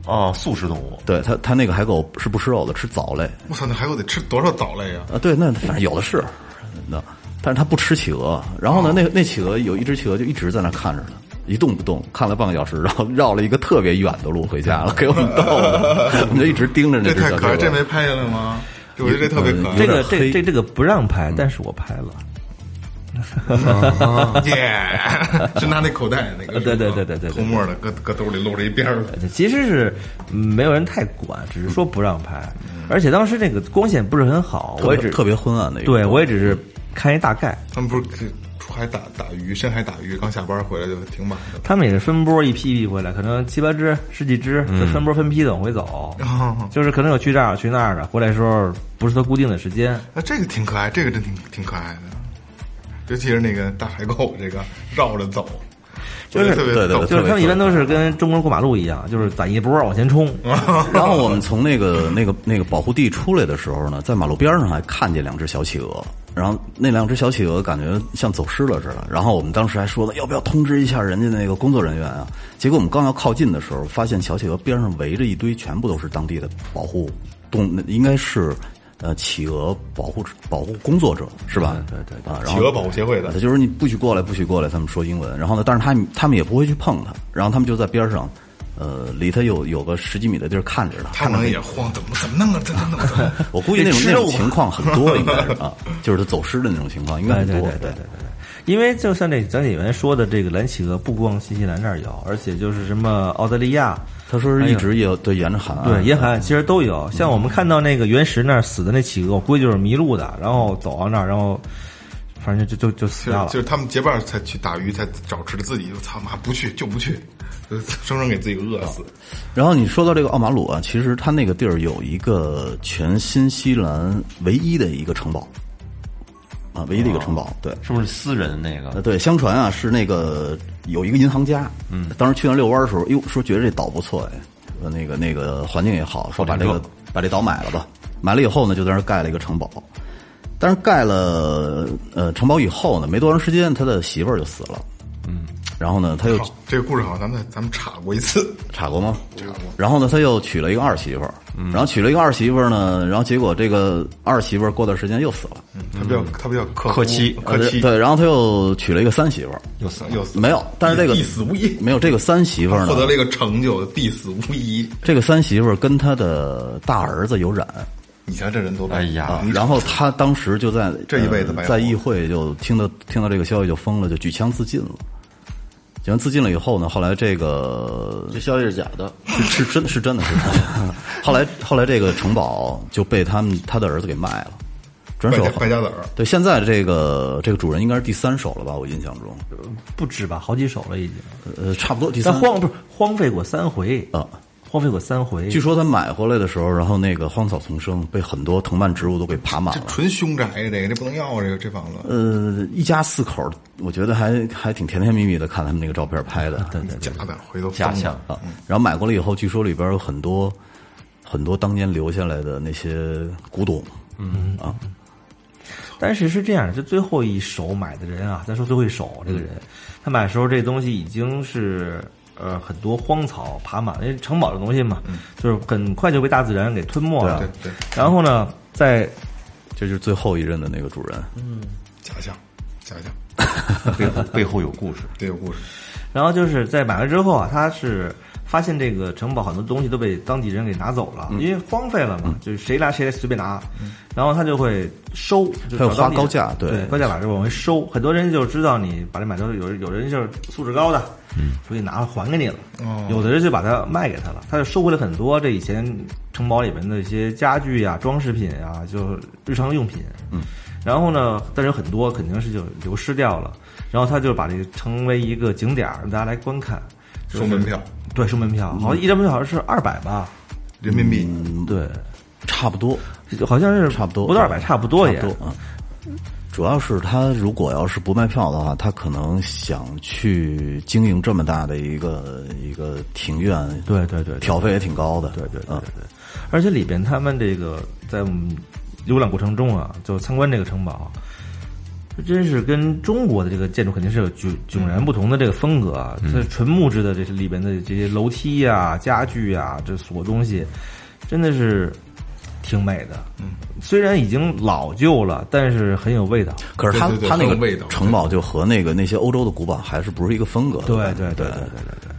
Speaker 4: 哦，素食动物，
Speaker 5: 对它它那个海狗是不吃肉的，吃藻类
Speaker 3: 我操，那海狗得吃多少藻类啊？
Speaker 5: 啊。对，那反正有的是，那但是它不吃企鹅。然后呢，
Speaker 3: 哦
Speaker 5: 那那企鹅有一只企鹅就一直在那儿看着它。一动不动，看了半个小时，然后绕了一个特别远的路回家了，给我们逗 的，我们就一直盯着那
Speaker 3: 这
Speaker 5: 只
Speaker 3: 太
Speaker 5: 小企
Speaker 3: 可
Speaker 5: 鹅
Speaker 3: 爱，。这没拍下来吗？我觉得这特别可爱。
Speaker 6: 这个
Speaker 5: 有点
Speaker 6: 这
Speaker 5: 黑
Speaker 6: 这这个不让拍，但是我拍了，
Speaker 3: 耶， 是拿那口袋那个是吧，
Speaker 6: 对对对对对对
Speaker 3: 偷摸的搁搁兜里露着一边儿的。
Speaker 6: 其实是嗯没有人太管，只是说不让拍，
Speaker 3: 嗯
Speaker 6: 而且当时那个光线不是很好，
Speaker 5: 特
Speaker 6: 我
Speaker 5: 别
Speaker 6: 也只
Speaker 5: 特别昏暗的一个。
Speaker 6: 对我也只是看一大概，
Speaker 3: 他们不是出海打打鱼，深海打鱼，刚下班回来就挺晚 的。
Speaker 6: 他们也是分波一批一批回来，可能七八只、十几只，
Speaker 3: 嗯
Speaker 6: 就分波分批的往回
Speaker 3: 哦
Speaker 6: 走，就是可能有去这儿、去那儿的，回来的时候不是他固定的时间。
Speaker 3: 啊，这个挺可爱，这个真挺挺可爱的，尤其是那个大海狗，这个绕着走，
Speaker 6: 就是
Speaker 3: 我觉得呃特别嗯逗
Speaker 5: 对对对
Speaker 6: 就是他们一般都是跟中国人过马路一样，就是攒一波往前冲。
Speaker 5: 然后我们从那个那个那个保护地出来的时候呢，在马路边上还看见两只小企鹅，然后那两只小企鹅感觉像走失了似的。然后我们当时还说了要不要通知一下人家那个工作人员啊？结果我们刚要靠近的时候，发现小企鹅边上围着一堆全部都是当地的保护动，应该是。呃，企鹅保护保护工作者是吧？对对对啊，然
Speaker 3: 企
Speaker 5: 后
Speaker 3: 鹅保护协会的
Speaker 5: 对就是你不许过来，不许过来，他们说英文。然后呢，但是他们他们也不会去碰它，然后他们就在边上，呃，离它有有个十几米的地儿看着它，
Speaker 3: 他
Speaker 5: 看着
Speaker 3: 能
Speaker 5: 它
Speaker 3: 也晃，怎么怎么弄啊？怎么弄啊？怎么弄 啊
Speaker 5: 我估计那种
Speaker 3: 得吃
Speaker 5: 那
Speaker 3: 肉
Speaker 5: 种情况很多，应该是啊，就是他走失的那种情况，应该
Speaker 6: 对
Speaker 5: 很
Speaker 6: 对对
Speaker 5: 多。
Speaker 6: 对对对因为就像这讲解员说的，这个蓝企鹅不光新西兰这儿有，而且就是什么澳大利亚，
Speaker 5: 他说是一直也啊对沿着海岸，
Speaker 6: 对，沿海岸其实都有。像我们看到那个原石那儿死的那企鹅，我估计就是迷路的，然后走到那儿，然后反正就就就死
Speaker 3: 就
Speaker 6: 掉
Speaker 3: 是就
Speaker 6: 了。
Speaker 3: 是他们结伴儿才去打鱼，才找吃的，自己就操妈不去就不去，就生生给自己饿死。
Speaker 5: 然后你说到这个奥马鲁啊，其实它那个地儿有一个全新西兰唯一的一个城堡，啊，唯一的一个城堡，对。
Speaker 4: 哦是不是私人那个
Speaker 5: 呃，？对，相传啊是那个有一个银行家，嗯，当时去那遛弯儿的时候，哟，说觉得这岛不错哎，呃，那个那个环境也好，说把这个把这岛买了吧，买了以后呢，就在那儿盖了一个城堡，但是盖了呃城堡以后呢，没多长时间，他的媳妇儿就死了，嗯，然后呢，他又
Speaker 3: 好，这个故事好像咱们咱们查过一次，
Speaker 5: 查过吗？查过。然后呢，他又娶了一个二媳妇儿，
Speaker 3: 嗯
Speaker 5: 然后娶了一个二媳妇儿呢，然后结果这个二媳妇儿过段时间又死了，
Speaker 3: 他比较他比较客
Speaker 4: 客
Speaker 3: 客
Speaker 4: 气
Speaker 3: 客气，
Speaker 5: 呃对，然后他又娶了一个三媳妇儿，
Speaker 3: 又死又死
Speaker 5: 没有，但是这个
Speaker 3: 必死无疑，
Speaker 5: 没有这个三媳妇儿呢
Speaker 3: 获，得了一个成就，必死无疑。
Speaker 5: 这个三媳妇儿跟她的大儿子有染
Speaker 3: 你瞧这人多嗯
Speaker 4: 哎呀
Speaker 5: 啊
Speaker 3: 你，
Speaker 5: 然后她当时就在
Speaker 3: 这一辈子
Speaker 5: 呃
Speaker 3: 白活
Speaker 5: 在议会就听到听到这个消息就疯了，就举枪自尽了。举枪自尽了以后呢，后来这个
Speaker 7: 这消息是假的，
Speaker 5: 是是真是真的 是真的，后来后来这个城堡就被他们他的儿子给卖了，转
Speaker 3: 败
Speaker 5: 手
Speaker 3: 家败家子儿，
Speaker 5: 对，现在这个这个主人应该是第三手了吧？我印象中，
Speaker 6: 不止吧，好几手了已经。
Speaker 5: 呃，差不多第
Speaker 6: 但
Speaker 5: 三
Speaker 6: 荒不是荒废过三回
Speaker 5: 啊，
Speaker 6: 荒废过三回。
Speaker 5: 据说他买回来的时候，然后那个荒草丛生，被很多藤蔓植物都给爬满
Speaker 3: 这
Speaker 5: 了。
Speaker 3: 纯凶宅呀，这个这不能要啊，这个这房子。
Speaker 5: 呃，一家四口，我觉得还还挺甜甜蜜蜜的，看他们那个照片拍的。对
Speaker 3: 假的，回头
Speaker 4: 假象
Speaker 5: 啊，然后买过来以后，据说里边有很多很多当年留下来的那些古董。嗯啊，
Speaker 6: 但是是这样的，就最后一手买的人啊，咱说最后一手这个人，他买的时候这东西已经是呃很多荒草爬满，因为城堡这东西嘛，就是很快就被大自然给吞没了。
Speaker 3: 对对
Speaker 6: 然后呢，在
Speaker 5: 这就是最后一任的那个主人，
Speaker 3: 假象，假象，
Speaker 4: 背后背后有故事。
Speaker 3: 对，有故事。
Speaker 6: 然后就是在买完之后啊，他是发现这个城堡很多东西都被当地人给拿走
Speaker 5: 嗯
Speaker 6: 了，因为荒废了嘛，就是谁来谁来随便拿，然后他就会收，就
Speaker 5: 他要嗯
Speaker 6: 找当地
Speaker 5: 花高
Speaker 6: 人
Speaker 5: 价
Speaker 6: 对
Speaker 5: 对
Speaker 6: 高价把这往回收。很多人就知道你把这买到，有人有人就是素质高的，
Speaker 5: 嗯
Speaker 6: 所以拿了还给你了，
Speaker 5: 哦
Speaker 6: 有的人就把它卖给他了，他就收回了很多这以前城堡里面的一些家具呀、装饰品啊，就是日常用品，嗯。然后呢，但是有很多肯定是就流失掉了。然后他就把这个成为一个景点儿，让大家来观看。
Speaker 3: 收门票，
Speaker 6: 对，收门
Speaker 5: 嗯
Speaker 6: 票，好像一张门票好像是二百吧？
Speaker 3: 人民币，
Speaker 6: 对，
Speaker 5: 差不多，
Speaker 6: 好像是
Speaker 5: 嗯差不多，
Speaker 6: 不到二百，差不多也
Speaker 5: 差。不多啊。主要是他如果要是不卖票的话，他可能想去经营这么大的一个一个庭院，
Speaker 6: 对对对，
Speaker 5: 挑费也挺高的，对
Speaker 6: 对对对
Speaker 5: 嗯，
Speaker 6: 对，而且里边他们这个在我们浏览过程中啊，就参观这个城堡，这真是跟中国的这个建筑肯定是有迥迥然不同的这个风格啊。这纯木质的，这是里边的这些楼梯呀、家具呀，这所有东西，真的是挺美的。嗯，虽然已经老旧了，但是很有味道。
Speaker 5: 可是他
Speaker 3: 对对对
Speaker 5: 他那
Speaker 3: 很有味
Speaker 5: 个
Speaker 3: 道
Speaker 5: 城堡就和那个那些欧洲的古堡还是不是一个风格的，
Speaker 6: 对对对对对对对。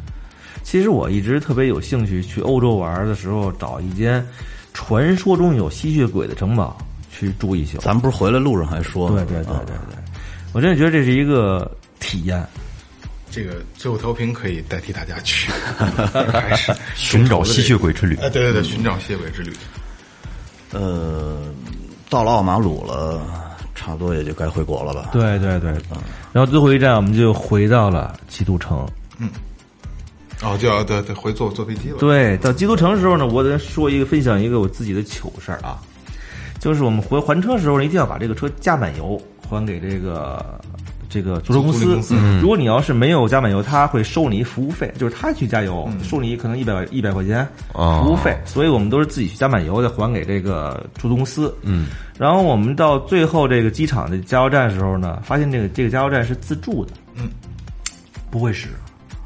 Speaker 6: 其实我一直特别有兴趣去欧洲玩的时候，找一间传说中有吸血鬼的城堡去住一宿。
Speaker 5: 咱们不是回来路上还说吗，
Speaker 6: 对对对
Speaker 5: 啊
Speaker 6: 对对，我真的觉得这是一个体验。
Speaker 3: 这个最后调频可以代替大 家去，还是
Speaker 4: 寻找吸血鬼之旅嗯
Speaker 3: 哎，对对对，寻找吸血鬼之旅。
Speaker 5: 呃，到了奥马鲁了，差不多也就该回国了吧？，
Speaker 6: 对对对，嗯然后最后一站我们就回到了基督城。
Speaker 3: 哦，就要对对回坐坐飞机了。
Speaker 6: 对，到基督城的时候呢，我得说一个分享一个我自己的糗事儿啊，就是我们回还车的时候呢，一定要把这个车加满油还给这个这个租车公
Speaker 3: 租赁
Speaker 6: 司。
Speaker 3: 公司嗯
Speaker 6: 如果你要是没有加满油，他会收你服务费，就是他去加油、
Speaker 3: 嗯
Speaker 6: 收你可能一百一百块钱
Speaker 4: 哦
Speaker 6: 服务费，所以我们都是自己去加满油再还给这个出租公司。嗯，然后我们到最后这个机场的加油站的时候呢，发现这个这个加油站是自助的。不会使，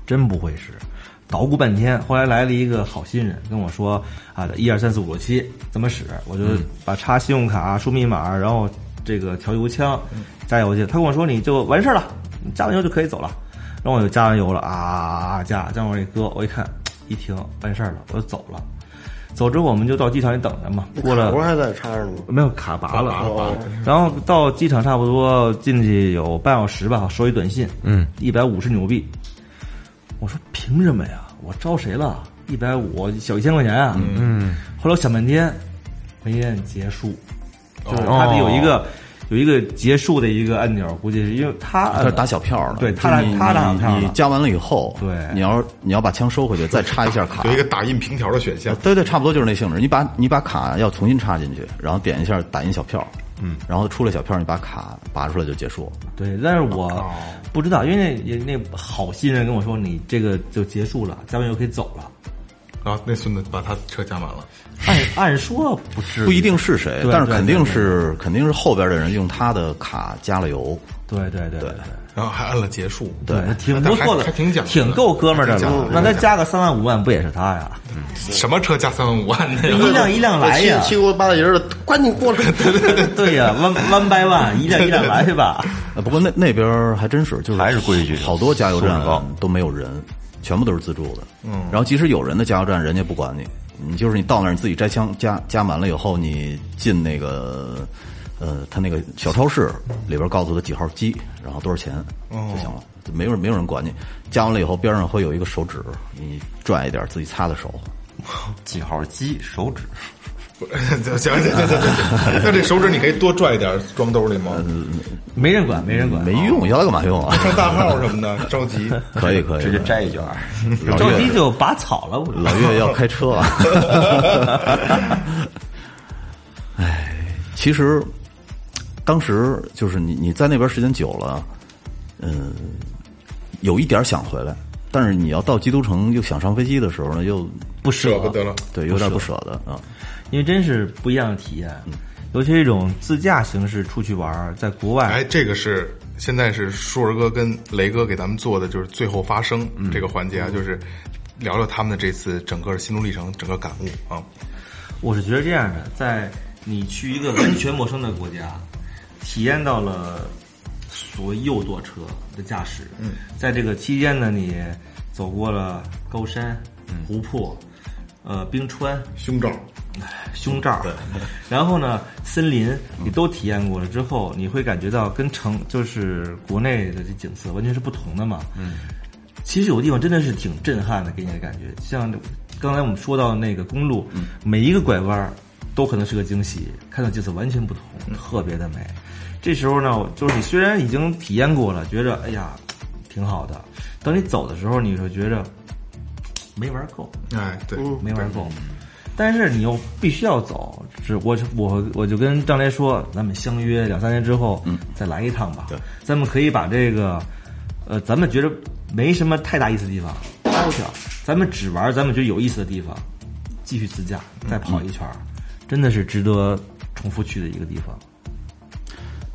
Speaker 6: 真不会使，捣鼓半天。后来来了一个好心人跟我说啊，一二三四五六七怎么使？我就把插信用卡、输密码，然后这个调油枪加油去。他跟我说你就完事儿了，你加完油就可以走了。然后我就加完油了啊，加加完油一搁，我一看一停完事儿了，我就走了。走之后我们就到机场里等着嘛，过了
Speaker 7: 活还在插着呢。
Speaker 6: 没有卡拔了，哦然后到机场差不多进去有半小时吧，收一短信，嗯，一百五十纽币。我说凭什么呀？我招谁了？一百五小一千块钱啊！嗯，后来我想半天，没按结束，就是它得有一个、有一个结束的一个按钮，估计是因为他
Speaker 5: 他
Speaker 6: 按
Speaker 5: 是
Speaker 6: 了
Speaker 5: 打小票的，
Speaker 6: 对
Speaker 5: 就
Speaker 6: 他打
Speaker 5: 你
Speaker 6: 他打小
Speaker 5: 你
Speaker 6: 票了
Speaker 5: 你加完了以后，
Speaker 6: 对
Speaker 5: 你要是你要把枪收回去，再插一下卡
Speaker 3: 有，一个打印凭条的选项，
Speaker 5: 对对，差不多就是那性质。你把你把卡要重新插进去，然后点一下打印小票，嗯，然后出了小票，你把卡拔出来就结束了。
Speaker 6: 对，但是我不知道，因为那那好心人跟我说你这个就结束了，加完油可以走了。
Speaker 3: 然后那孙子把他车加满了，
Speaker 6: 按按说不是
Speaker 5: 不一定是谁，
Speaker 6: 对
Speaker 5: 但是
Speaker 6: 对
Speaker 5: 肯
Speaker 6: 对
Speaker 5: 定是肯定是后边的人用他的卡加了油，
Speaker 6: 对对对对对。
Speaker 3: 然后还按了结束。
Speaker 6: 对，挺不错的，
Speaker 3: 还还挺讲究的
Speaker 6: 挺够哥们儿的
Speaker 3: 挺讲究
Speaker 6: 了
Speaker 3: 的。
Speaker 6: 那他加个三万五万不也是他呀？
Speaker 3: 什么车加三万五万的呀？
Speaker 6: 一辆一辆来呀
Speaker 7: 七，七国八大姨儿的，赶紧过来！
Speaker 6: 对呀，one one by one，一辆一辆来吧。
Speaker 5: 呃，不过那那边还真是，就是
Speaker 4: 还是规矩
Speaker 5: 好多加油
Speaker 4: 素
Speaker 5: 站
Speaker 4: 质高
Speaker 5: 都没有人，全部都是自助的。嗯，然后即使有人的加油站，人家不管你，你就是你到那儿你自己摘枪加加满了以后，你进那个呃他那个小超市里边告诉他几号机，然后多少钱
Speaker 4: 哦
Speaker 5: 就行了，就没有人没有人管你。加完了以后，边上会有一个手指，你拽一点自己擦擦手。
Speaker 4: 几号机手指？
Speaker 3: 行行行行行，行那这手指你可以多拽一点装兜里吗？
Speaker 4: 嗯
Speaker 6: 没人管，没人管，
Speaker 5: 没用，要它干嘛用啊？
Speaker 3: 上大号什么的，着急。
Speaker 5: 可以可以，
Speaker 4: 直接摘一卷儿。
Speaker 5: 老
Speaker 6: 着急
Speaker 5: 岳
Speaker 6: 就拔草了。我
Speaker 5: 老岳要开车啊！哎，其实当时就是你你在那边时间久了，嗯，有一点想回来，但是你要到基督城又想上飞机的时候呢，又
Speaker 6: 不舍
Speaker 3: 舍不得了，
Speaker 5: 对有点不舍得啊。
Speaker 6: 因为真是
Speaker 3: 嗯
Speaker 6: 不一样的体验，尤其是一种自驾形式出去玩儿，在国外
Speaker 3: 哎，这个是现在是硕儿哥跟雷哥给咱们做的就是最后发声这个环节啊，就是聊聊他们的这次整个心路历程、整个感悟啊。
Speaker 6: 我是觉得这样的，在你去一个完全陌生的国家， 体验到了所谓右舵车的驾驶，嗯，在这个期间呢，你走过了高山、湖泊、呃冰川、
Speaker 3: 胸罩，
Speaker 6: 胸罩， 然后呢，森林你都体验过了之后，你会感觉到跟城就是国内的这景色完全是不同的嘛。嗯，其实有的地方真的是挺震撼的，给你的感觉。像刚才我们说到那个公路，每一个拐弯儿都可能是个惊喜，看到景色完全不同，特别的美。这时候呢，就是你虽然已经体验过了，觉着哎呀挺好的，等你走的时候，你会觉着没玩够。
Speaker 3: 哎，对，
Speaker 6: 没玩够。但是你又必须要走，是我我我就跟张雷说，咱们相约两三年之后，嗯，再来一趟吧。对，咱们可以把这个，呃，咱们觉得没什么太大意思的地方抛掉，咱们只玩咱们觉得有意思的地方，继续自驾
Speaker 3: 嗯
Speaker 6: 再跑一圈儿，真的是值得重复去的一个地方。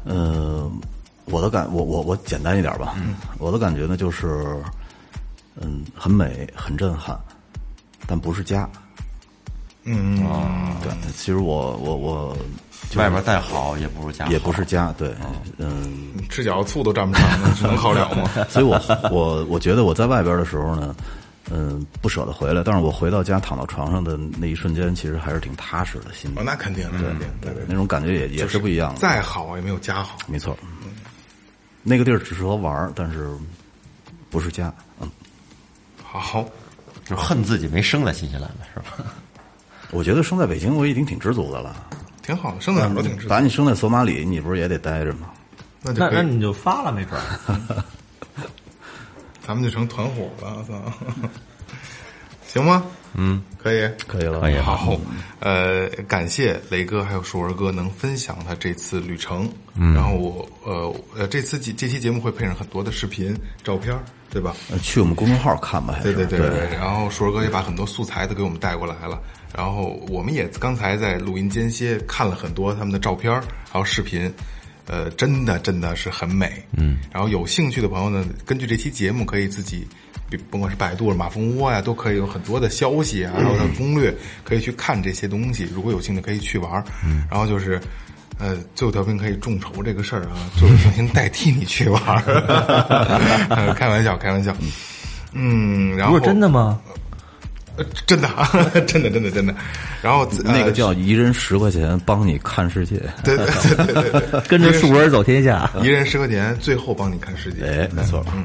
Speaker 5: 呃，我的感，我我我简单一点吧。我的感觉呢，就是，嗯，很美，很震撼，但不是家。
Speaker 3: 嗯，
Speaker 5: 对，其实我我我就是
Speaker 4: 外边再好也不如家好，
Speaker 5: 也不是家，对，嗯，
Speaker 3: 吃饺子醋都 蘸不上，那是能好了吗？
Speaker 5: 所以我 我我觉得我在外边的时候呢，嗯，不舍得回来，但是我回到家躺到床上的那一瞬间，其实还是挺踏实的心里
Speaker 3: 哦，，那肯定，那肯定，对对
Speaker 5: 那种感觉也也是不一样的。
Speaker 3: 再好啊也没有家好。
Speaker 5: 没错，那个地儿只适合玩儿，但是不是家，嗯，
Speaker 3: 好，
Speaker 4: 就恨自己没生在新西兰了，是吧？
Speaker 5: 我觉得生在北京我已经挺知足的了。
Speaker 3: 挺好的，生在哪儿都挺值
Speaker 5: 把
Speaker 3: 得。
Speaker 5: 你生在索马里，你不是也得待着吗？
Speaker 3: 那就
Speaker 6: 那
Speaker 3: 可
Speaker 6: 那
Speaker 3: 以，
Speaker 6: 你就发了，没准儿。
Speaker 3: 咱们就成团伙了， 操，行吗？嗯，可以，
Speaker 5: 可以了，
Speaker 4: 可以吧
Speaker 3: 好，呃，感谢雷哥还有硕儿哥能分享他这次旅程。嗯，然后我呃呃，这次节这期节目会配上很多的视频、照片儿，对吧？
Speaker 5: 呃去我们公众号看吧，还
Speaker 3: 对
Speaker 5: 是
Speaker 3: 对对对。然后硕儿哥也把很多素材都给我们带过来了。然后我们也刚才在录音间歇看了很多他们的照片儿还有视频，呃，真的真的是很美。嗯。然后有兴趣的朋友呢，根据这期节目可以自己。比甭管是百度、马蜂窝呀、都可以有很多的消息啊，还有它的攻略，可以去看这些东西。如果有兴趣，可以去玩儿。然后就是，呃，最后调频可以众筹这个事儿啊，就是重新代替你去玩儿。 呃开玩笑，开玩笑。嗯，然
Speaker 6: 不
Speaker 3: 后
Speaker 6: 是真的吗？
Speaker 3: 呃真的， 真的，真的，真的。然后呃
Speaker 5: 那个叫一人十块钱帮你看世界，
Speaker 3: 对对对对对对，
Speaker 6: 跟着树根儿走天下。
Speaker 3: 一人十块钱，最后帮你看世界。
Speaker 5: 哎，没错，
Speaker 3: 嗯，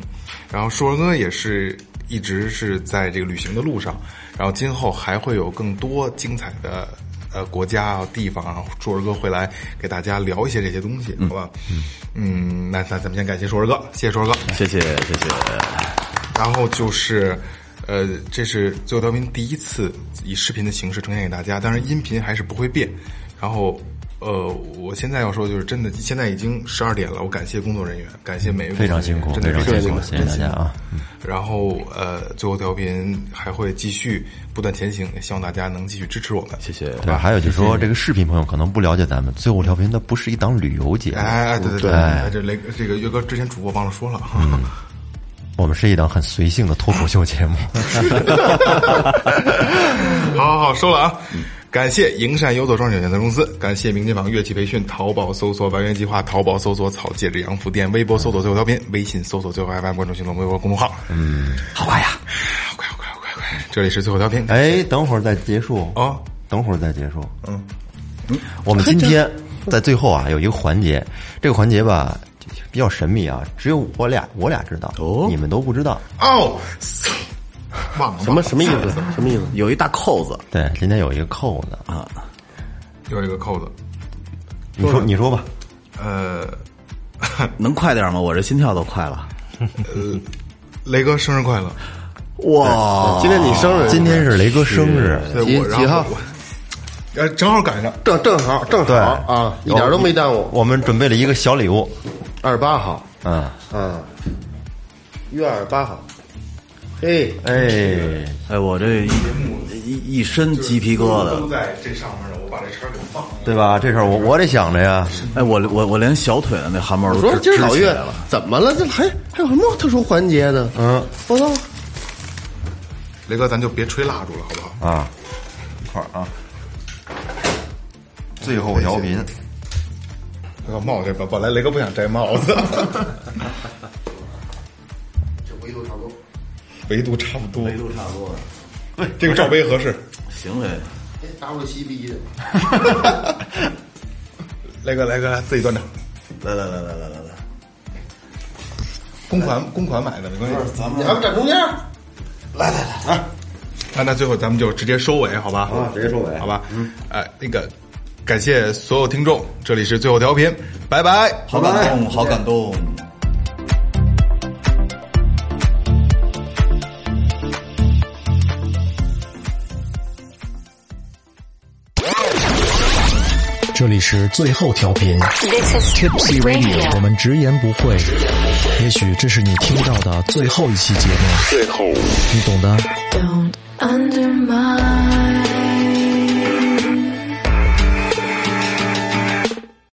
Speaker 3: 然后硕儿哥也是一直是在这个旅行的路上，然后今后还会有更多精彩的呃国家啊地方啊，硕儿哥会来给大家聊一些这些东西，好吧？嗯，那那咱们先感谢硕儿哥，谢谢硕儿哥。
Speaker 5: 谢谢谢谢，
Speaker 3: 然后就是，呃，这是最后调频第一次以视频的形式呈现给大家，当然音频还是不会变。然后，呃，我现在要说就是真的，现在已经十二点了，我感谢工作人员，感谢每一位
Speaker 4: 嗯非常
Speaker 3: 工作
Speaker 4: 辛苦
Speaker 3: 人员真的
Speaker 4: 非常
Speaker 3: 辛
Speaker 4: 辛
Speaker 3: 苦，
Speaker 4: 苦谢谢大家啊
Speaker 3: 真辛苦。然后，呃，最后调频还会继续不断前行，也希望大家能继续支持我们。
Speaker 5: 谢谢。
Speaker 4: 对，还有就是说，这个视频朋友可能不了解咱们最后调频，它不是一档旅游节目，
Speaker 3: 哎，哎对对对，哎
Speaker 4: 哎
Speaker 3: 这雷这个岳哥之前主播忘了说了，
Speaker 4: 嗯我们是一档很随性的脱口秀节目。
Speaker 3: 好好好，收了啊！感谢营山优作装饰有限责任公司，感谢明金坊乐器培训，淘宝搜索“完原计划”，淘宝搜索“草戒指洋服店”，微博搜索“最后调频”，微信搜索“最后 FM”，关注新浪微博公众号。嗯，好快呀！好快，好快，好快，好快！这里是最后调频。
Speaker 4: 哎，等会儿再结束
Speaker 3: 哦，
Speaker 4: 等会儿再结束。嗯，我们今天在最后啊有一个环节，这个环节吧比较神秘啊，只有我俩我俩知道，
Speaker 5: 哦
Speaker 4: 你们都不知道。
Speaker 3: 哦，忘了
Speaker 7: 什么什么意思？什么意思？
Speaker 5: 有一大扣子，
Speaker 4: 对，今天有一个扣子，
Speaker 3: 有这个扣子，
Speaker 4: 你说啊你说吧，
Speaker 3: 呃，
Speaker 5: 能快点吗？我这心跳都快了。
Speaker 3: 雷哥生日快乐！
Speaker 5: 哇，
Speaker 7: 今天你生日，
Speaker 4: 今天是雷哥生日，
Speaker 3: 对
Speaker 7: 几
Speaker 3: 我然
Speaker 7: 几
Speaker 3: 后
Speaker 7: 号
Speaker 3: 我，呃，正好赶上，
Speaker 7: 正正好正好
Speaker 4: 对
Speaker 7: 啊，一点都没耽误。
Speaker 4: 我们准备了一个小礼物，
Speaker 7: 二十八号，
Speaker 4: 嗯，
Speaker 7: 嗯，一月二十八号，嘿，
Speaker 4: 哎，
Speaker 5: 哎，我这一一一身鸡皮疙
Speaker 3: 都
Speaker 5: 瘩。
Speaker 3: 在这上面呢，我把这叉给放了。
Speaker 4: 对吧？这事儿我我得想着呀。
Speaker 5: 哎，我我我连小腿的那汗毛
Speaker 7: 我
Speaker 5: 都
Speaker 7: 说
Speaker 5: 直
Speaker 7: 今
Speaker 5: 直
Speaker 7: 儿老
Speaker 5: 起
Speaker 7: 岳
Speaker 5: 来了。
Speaker 7: 怎么了？这还还有什么特殊环节呢？嗯，我操，
Speaker 3: 雷哥，咱就别吹蜡烛了，好不好？
Speaker 4: 啊，一块儿啊。最后调频，
Speaker 3: 把帽子摘吧，本来雷哥不想摘帽子，
Speaker 7: 这维度差不多。
Speaker 3: 维度差不多，维度
Speaker 5: 差不多了，
Speaker 3: 这个罩杯合适。
Speaker 5: 行嘞，
Speaker 7: 哎，W 七第一的，
Speaker 3: 雷哥，雷哥，自己端着，
Speaker 5: 来来来来来来来，
Speaker 3: 公款公款买的，没关系。咱们
Speaker 7: 你还不站中间？
Speaker 3: 那那最后咱们就直接收尾，好吧？
Speaker 4: 啊直接收尾
Speaker 3: 好吧？嗯，哎，那个，感谢所有听众，这里是最后调频，拜拜，
Speaker 5: 好感动，好感动。
Speaker 9: 这里是最后调频
Speaker 8: This is
Speaker 9: Tipsy Radio，我们直言不讳，也许这是你听到的最后一期节目，最后，你懂的。
Speaker 8: Don't undermine.